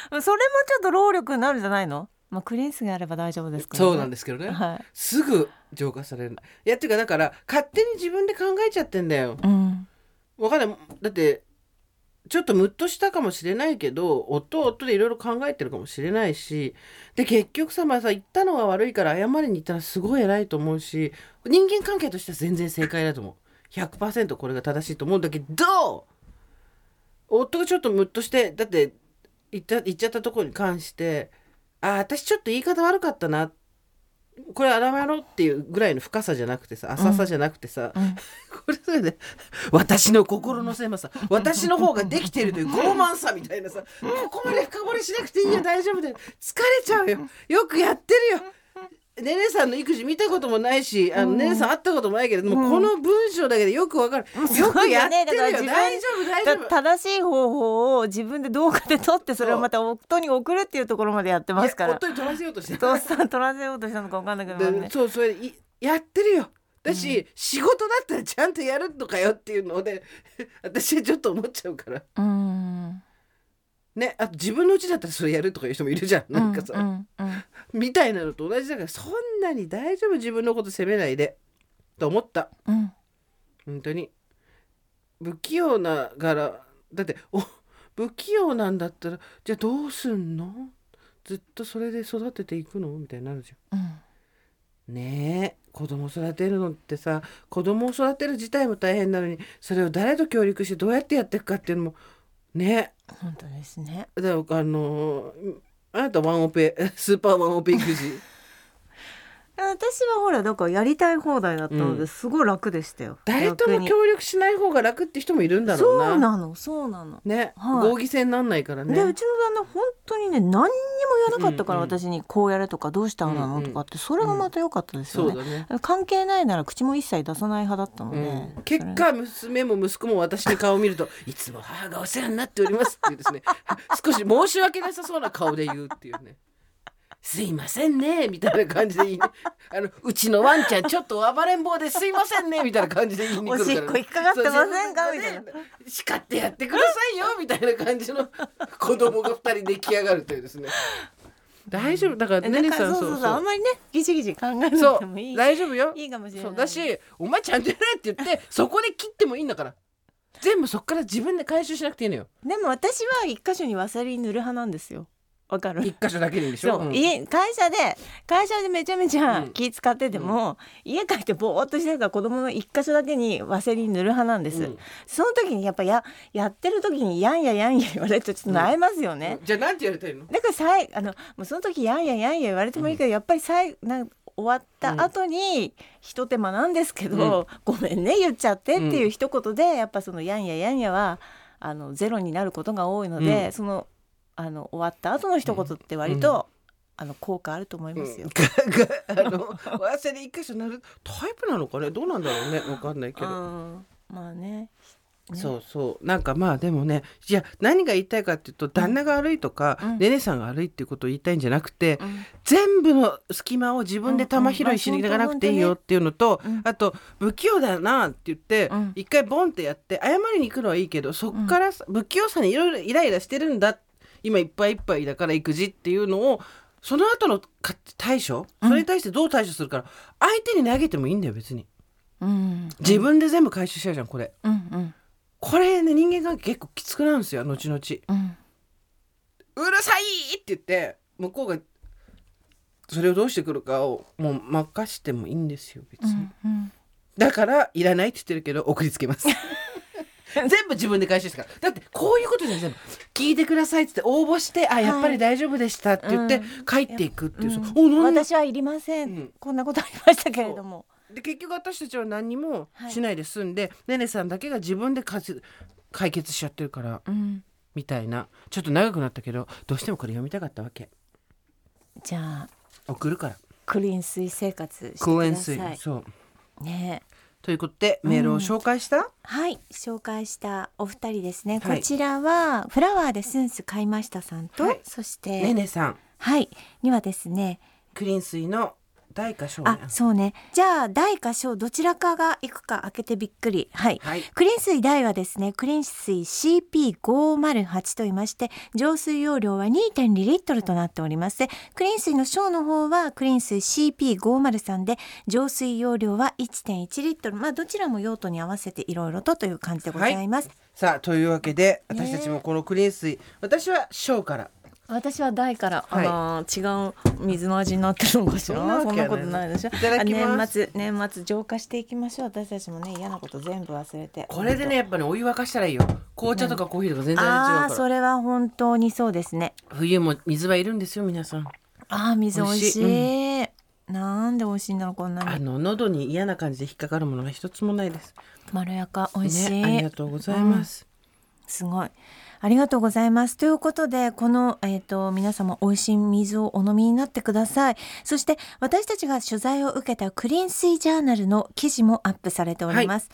Speaker 2: それもちょっと労力になるんじゃないのまあクリンスがあれば大丈夫ですからね
Speaker 1: そうなんですけどね、
Speaker 2: はい
Speaker 1: すぐ浄化されるいやっていうかだから勝手に自分で考えちゃってんだよ
Speaker 2: うん
Speaker 1: わかんないだってちょっとムッとしたかもしれないけど夫は夫でいろいろ考えてるかもしれないしで結局さまあさ言ったのが悪いから謝りに行ったらすごい偉いと思うし人間関係としては全然正解だと思う100%これが正しいと思うんだけど夫がちょっとムッとしてだって言った言っちゃったところに関してあ私ちょっと言い方悪かったなこれ謝ろうっていうぐらいの深さじゃなくてさ浅さじゃなくてさ、 これそれで私の心の狭さ私の方ができて るという傲慢さみたいなさここまで深掘りしなくていいよ大丈夫だよ疲れちゃうよよくやってるよ。ねねさんの育児見たこともないし、あのねねさん会ったこともないけれども、この文章だけでよくわかる。よくやってるよ。
Speaker 2: すごいよねだから
Speaker 1: 大
Speaker 2: 自
Speaker 1: 丈夫、大丈
Speaker 2: だ
Speaker 1: 夫。
Speaker 2: 正しい方法を自分で動画で撮ってそれをまた夫に送るっていうところまでやってますか
Speaker 1: いや
Speaker 2: ら
Speaker 1: 夫に取らせようとしてる
Speaker 2: どうした撮らせようとしたのかわかんないけど
Speaker 1: で
Speaker 2: ね
Speaker 1: そうそれいやってるよだし、仕事だったらちゃんとやるのかよっていうので 私はちょっと思っちゃうから
Speaker 2: うん
Speaker 1: ねあと自分のうちだったらそれやるとかいう人もいるじゃんなんかさ、
Speaker 2: うんうん
Speaker 1: みたいなのと同じだからそんなに大丈夫自分のこと責めないでと思った
Speaker 2: うん
Speaker 1: 本当に不器用な柄だってお不器用なんだったらじゃあどうすんのずっとそれで育てていくのみたいになるじゃん
Speaker 2: うん
Speaker 1: ねえ子供育てるのってさ子供を育てる自体も大変なのにそれを誰と協力してどうやってやっていくかっていうのもね
Speaker 2: 本当ですね
Speaker 1: だからあのーあなたワンオペ スーパーワンオペ育児
Speaker 2: 私はほらだからやりたい放題だったの
Speaker 1: う
Speaker 2: で
Speaker 1: ん
Speaker 2: すごい楽でしたよ、
Speaker 1: 誰とも
Speaker 2: 逆に
Speaker 1: 協力しない方が楽って人もいるんだろうな
Speaker 2: そうなのそうなの、
Speaker 1: ね、
Speaker 2: はい
Speaker 1: 合議制になんないから
Speaker 2: でう
Speaker 1: ね
Speaker 2: ちの旦那本当にね何にも言わなかったから
Speaker 1: うんうん
Speaker 2: 私にこうやれとかどうしたらなのとかってそれがまた良かったですよ
Speaker 1: そう
Speaker 2: ね
Speaker 1: だね、
Speaker 2: 関係ないなら口も一切出さない派だったの
Speaker 1: う
Speaker 2: で、
Speaker 1: ん
Speaker 2: それ
Speaker 1: 結果娘も息子も私に顔を見ると「いつも母がお世話になっております」っていうですね 少し申し訳なさそうな顔で言うっていうね「すいませんね」みたいな感じで言いにあのうちのワンちゃんちょっと暴れん坊ですいませんねみたいな感じで言いに来るから、
Speaker 2: お
Speaker 1: ね、
Speaker 2: しっこ引っかかってませんかみたいな
Speaker 1: 「叱ってやってくださいよ」みたいな感じの子供が二人出来上がるというですね大丈夫だから
Speaker 2: え
Speaker 1: ね
Speaker 2: だ
Speaker 1: ね
Speaker 2: から
Speaker 1: さん
Speaker 2: そうそうそうあんまりねギチギチ考えな
Speaker 1: そ
Speaker 2: くてもいいう
Speaker 1: 大丈夫よ
Speaker 2: いいかもしれない
Speaker 1: そうだしお前ちゃんとやれって言 ってそこで切ってもいいんだから全部そこから自分で回収しなくていいのよ
Speaker 2: でも私は一箇所にワセリン塗る派なんですよわかる
Speaker 1: 一箇所だけでいいでし
Speaker 2: そ
Speaker 1: ょ
Speaker 2: う、
Speaker 1: ん
Speaker 2: 家会社で会社でめちゃめちゃ
Speaker 1: うん
Speaker 2: 気使ってても、家帰ってぼーっとしてるから子供の一箇所だけにワセリン塗る派なんです、
Speaker 1: うん
Speaker 2: その時にやっぱややってる時にやんややんや言われるとちょっと萎えますよね、
Speaker 1: じゃあなんてやりたいの
Speaker 2: だからさいあのもうその時やんややんや言われてもいいけど、やっぱりさいなん終わった後にひと手間なんですけど、ごめんね言っちゃってっていう一言で、やっぱそのやんややんやはあのゼロになることが多いので、
Speaker 1: う
Speaker 2: そのあの終わった後の一言って割と、あの効果あると思いますよ。
Speaker 1: が あの忘れ一箇所なるタイプなのかねどうなんだろうねわかんないけ
Speaker 2: う
Speaker 1: ど
Speaker 2: ん、まあね。
Speaker 1: そうそうなんかまあでもねいや何が言いたいかっていうと旦那が悪いとか、ねねさんが悪いっていうことを言いたいんじゃなくて、全部の隙間を自分で玉拾いしながなくていいよっていうのと、
Speaker 2: うんうん
Speaker 1: あと不器用だなって言って、
Speaker 2: うん
Speaker 1: 一回ボンってやって謝りに行くのはいいけどそっからさ不器用さにいろいろイライラしてるんだ今いっぱいいっぱいだから育児っていうのをその後のか対処それに対してどう対処するから、相手に投げてもいいんだよ別に
Speaker 2: うん、
Speaker 1: 自分で全部回収しちゃうじゃんこれ。
Speaker 2: うん、うん、
Speaker 1: これね人間関係結構きつくなるんですよ後々
Speaker 2: うん、
Speaker 1: うるさいって言って向こうがそれをどうしてくるかをもう任してもいいんですよ別に、
Speaker 2: うん、
Speaker 1: だからいらないって言ってるけど送りつけます 全部自分で回収ですからだってこういうことじゃん全部聞いてくださいって言って応募してあやっぱり大丈夫でしたって言って帰っていくっていう、そうおなんだ
Speaker 2: 私はいりません,、
Speaker 1: うん
Speaker 2: こんなことありましたけれども。
Speaker 1: で結局私たちは何もしないで済んで、ねねさんだけが自分でかつ解決しちゃってるから
Speaker 2: うん、
Speaker 1: みたいなちょっと長くなったけどどうしてもこれ読みたかったわけ
Speaker 2: じゃあ
Speaker 1: 送るから
Speaker 2: クリーン水生活して
Speaker 1: ク
Speaker 2: く
Speaker 1: エ
Speaker 2: だ
Speaker 1: ン
Speaker 2: さ
Speaker 1: 水
Speaker 2: い。
Speaker 1: そう
Speaker 2: ね
Speaker 1: ということでメールを紹介した、
Speaker 2: はい紹介したお二人ですね、
Speaker 1: はい
Speaker 2: こちらはフラワーでスンス買いましたさんと、
Speaker 1: はい
Speaker 2: そし
Speaker 1: ね
Speaker 2: て、
Speaker 1: ねねさん
Speaker 2: はいにはですね
Speaker 1: クリーン水の大花少
Speaker 2: あ
Speaker 1: 年
Speaker 2: そうねじゃあ大か小どちらかが行くか開けてびっくりはい、
Speaker 1: はい
Speaker 2: クリーン水大はですねクリーン水 CP508 と言いまして浄水容量は2.2リットルとなっておりますでクリーン水の小の方はクリーン水 CP503 で浄水容量は1.1リットルまあどちらも用途に合わせていろいろとという感じでございます、
Speaker 1: さあというわけで私たちもこのクリーン水私は小から
Speaker 2: 私は大から
Speaker 1: はい
Speaker 2: あらー違う水の味になってるのかしら
Speaker 1: そんなわけ
Speaker 2: そんなこと
Speaker 1: な
Speaker 2: ないいでしょ
Speaker 1: いただきます
Speaker 2: あ年末年末浄化していきましょう私たちもね嫌なこと全部忘れて
Speaker 1: これでねやっぱりお湯沸かしたらいいよ紅茶とかコーヒーとか全然味違
Speaker 2: あ
Speaker 1: う
Speaker 2: あ
Speaker 1: か
Speaker 2: そ
Speaker 1: ら
Speaker 2: れは本当にそうですね
Speaker 1: 冬も水はいるんですよ皆さん
Speaker 2: ああ水美味しい
Speaker 1: 美
Speaker 2: なんで美味しいんだろうこんな
Speaker 1: あ
Speaker 2: に
Speaker 1: の喉に嫌な感じで引っかかるものが一つもないです
Speaker 2: まろやか美味しい、
Speaker 1: ねありがとうございます、
Speaker 2: すごい。ありがとうございます。ということで、この、えっ、と、皆様、美味しい水をお飲みになってください。そして、私たちが取材を受けたクリーン水ジャーナルの記事もアップされております。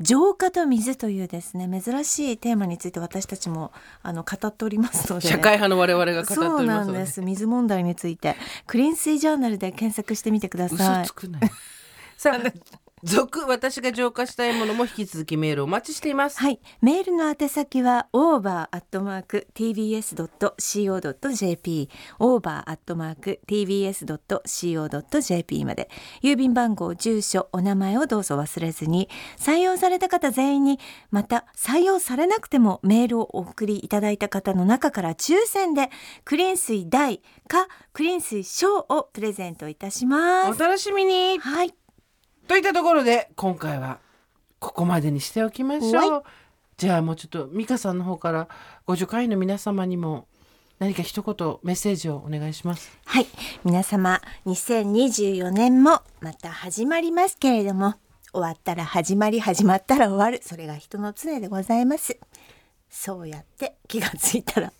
Speaker 2: 浄化と水というですね、珍しいテーマについて私たちも、あの、語っておりますので、
Speaker 1: 社会派の我々が語って
Speaker 2: そ
Speaker 1: お
Speaker 2: う
Speaker 1: り
Speaker 2: な
Speaker 1: ます
Speaker 2: ん
Speaker 1: ので
Speaker 2: です。水問題について、クリーン水ジャーナルで検索してみてくださ
Speaker 1: 嘘
Speaker 2: い
Speaker 1: つ。くなよさあ続私が浄化したいものも引き続きメールお待ちしています、
Speaker 2: はい、メールの宛先は over@tbs.co.jp、over@tbs.co.jp まで。郵便番号、住所、お名前をどうぞ忘れずに、採用された方全員に、また採用されなくてもメールをお送りいただいた方の中から抽選でクリーン水大かクリーン水小をプレゼントいたしま
Speaker 1: お
Speaker 2: す。
Speaker 1: 楽しみに
Speaker 2: はい、
Speaker 1: といったところで今回はここまでにしておきましょうじゃあもうちょっと美香さんの方からご助会員の皆様にも何か一言メッセージをお願いします
Speaker 2: はい皆様2024年もまた始まりますけれども終わったら始まり始まったら終わるそれが人の常でございますそうやって気がついたら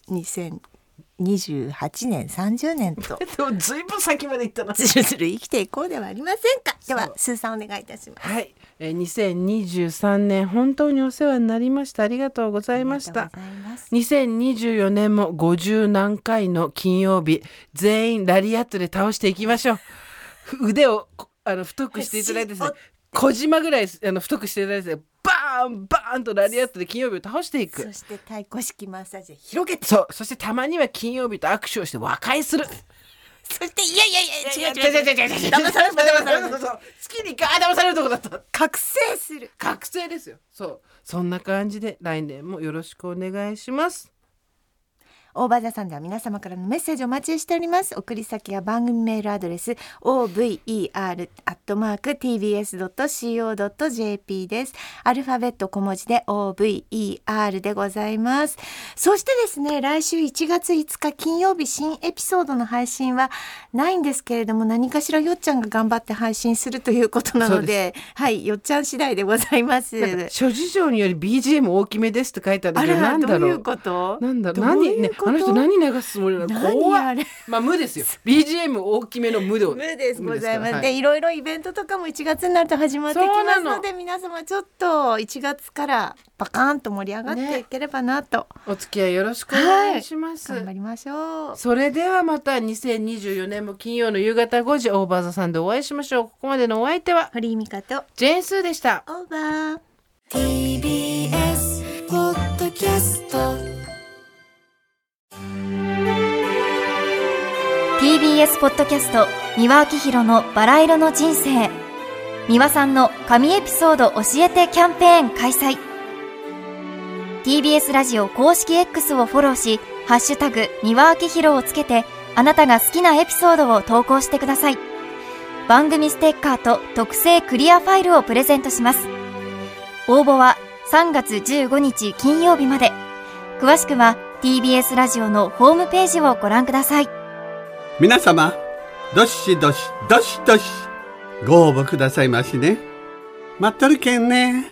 Speaker 2: 2028年30年 と
Speaker 1: でもずいぶん先まで行ったな
Speaker 2: ずるずる生きていこうではありませんかではスーさんお願いいたします
Speaker 1: はい、えー、2023年本当にお世話になりましたありがとうございまし
Speaker 2: あ
Speaker 1: た
Speaker 2: りがとうございます
Speaker 1: 2024年も50何回の金曜日全員ラリアットで倒していきましょうふ腕をこあの太くしていただいてですね小島ぐらいあの太くしていただいてですねバーンバーンとラリアットで金曜日を倒していく
Speaker 2: そして太鼓式マッサージで広げて
Speaker 1: そうそしてたまには金曜日と握手をして和解する
Speaker 2: そしていやいやいや違う違う
Speaker 1: 違う違う違う違う
Speaker 2: 騙された騙され
Speaker 1: そ
Speaker 2: た
Speaker 1: う そうそう月に一回あ騙されるとこだった
Speaker 2: 覚醒する
Speaker 1: 覚醒ですよそうそんな感じで来年もよろしくお願いします
Speaker 2: オーバーザさんでは皆様からのメッセージをお待ちしております。送り先は番組メールアドレス over.tbs.co.jp です。アルファベット小文字で over でございます。そしてですね、来週1月5日金曜日新エピソードの配信はないんですけれども、何かしらよっちゃんが頑張って配信するということなの
Speaker 1: そう
Speaker 2: で、
Speaker 1: で
Speaker 2: はい、よっちゃん次第でございます。
Speaker 1: 諸事情により BGM 大きめですって書いてある
Speaker 2: あ
Speaker 1: けど
Speaker 2: ら
Speaker 1: なんだ
Speaker 2: どうい
Speaker 1: ろう
Speaker 2: うこと
Speaker 1: なんだ
Speaker 2: どう
Speaker 1: 何
Speaker 2: い
Speaker 1: ね
Speaker 2: うこと
Speaker 1: あの人何流すつもりなの
Speaker 2: 何
Speaker 1: 怖
Speaker 2: あ
Speaker 1: い
Speaker 2: れ
Speaker 1: まあ無で すよ BGM 大きめの無で無
Speaker 2: 無ですございます。
Speaker 1: は
Speaker 2: で、いろいろイベントとかも1月になると始まってきますの
Speaker 1: そうな
Speaker 2: で、皆様ちょっと1月からバカーンと盛り上がっていければなと
Speaker 1: お付き合いよろしくお願いします、
Speaker 2: 頑張りましょう。
Speaker 1: それではまた2024年も金曜の夕方5時オーバーザさんでお会いしましょうここまでのお相手は
Speaker 2: 堀井美香と
Speaker 1: ジェーンスーでした
Speaker 2: オーバー。
Speaker 3: TBS ポッドキャスト
Speaker 4: TBS ポッドキャスト三輪明宏のバラ色の人生三輪さんの神エピソード教えてキャンペーン開催 TBS ラジオ公式 X をフォローし「ハッシュタグ三輪明宏」をつけてあなたが好きなエピソードを投稿してください番組ステッカーと特製クリアファイルをプレゼントします応募は3月15日金曜日まで詳しくは TBS ラジオのホームページをご覧ください
Speaker 5: 皆様どしどしどしどしご応募くださいましね待っとるけんね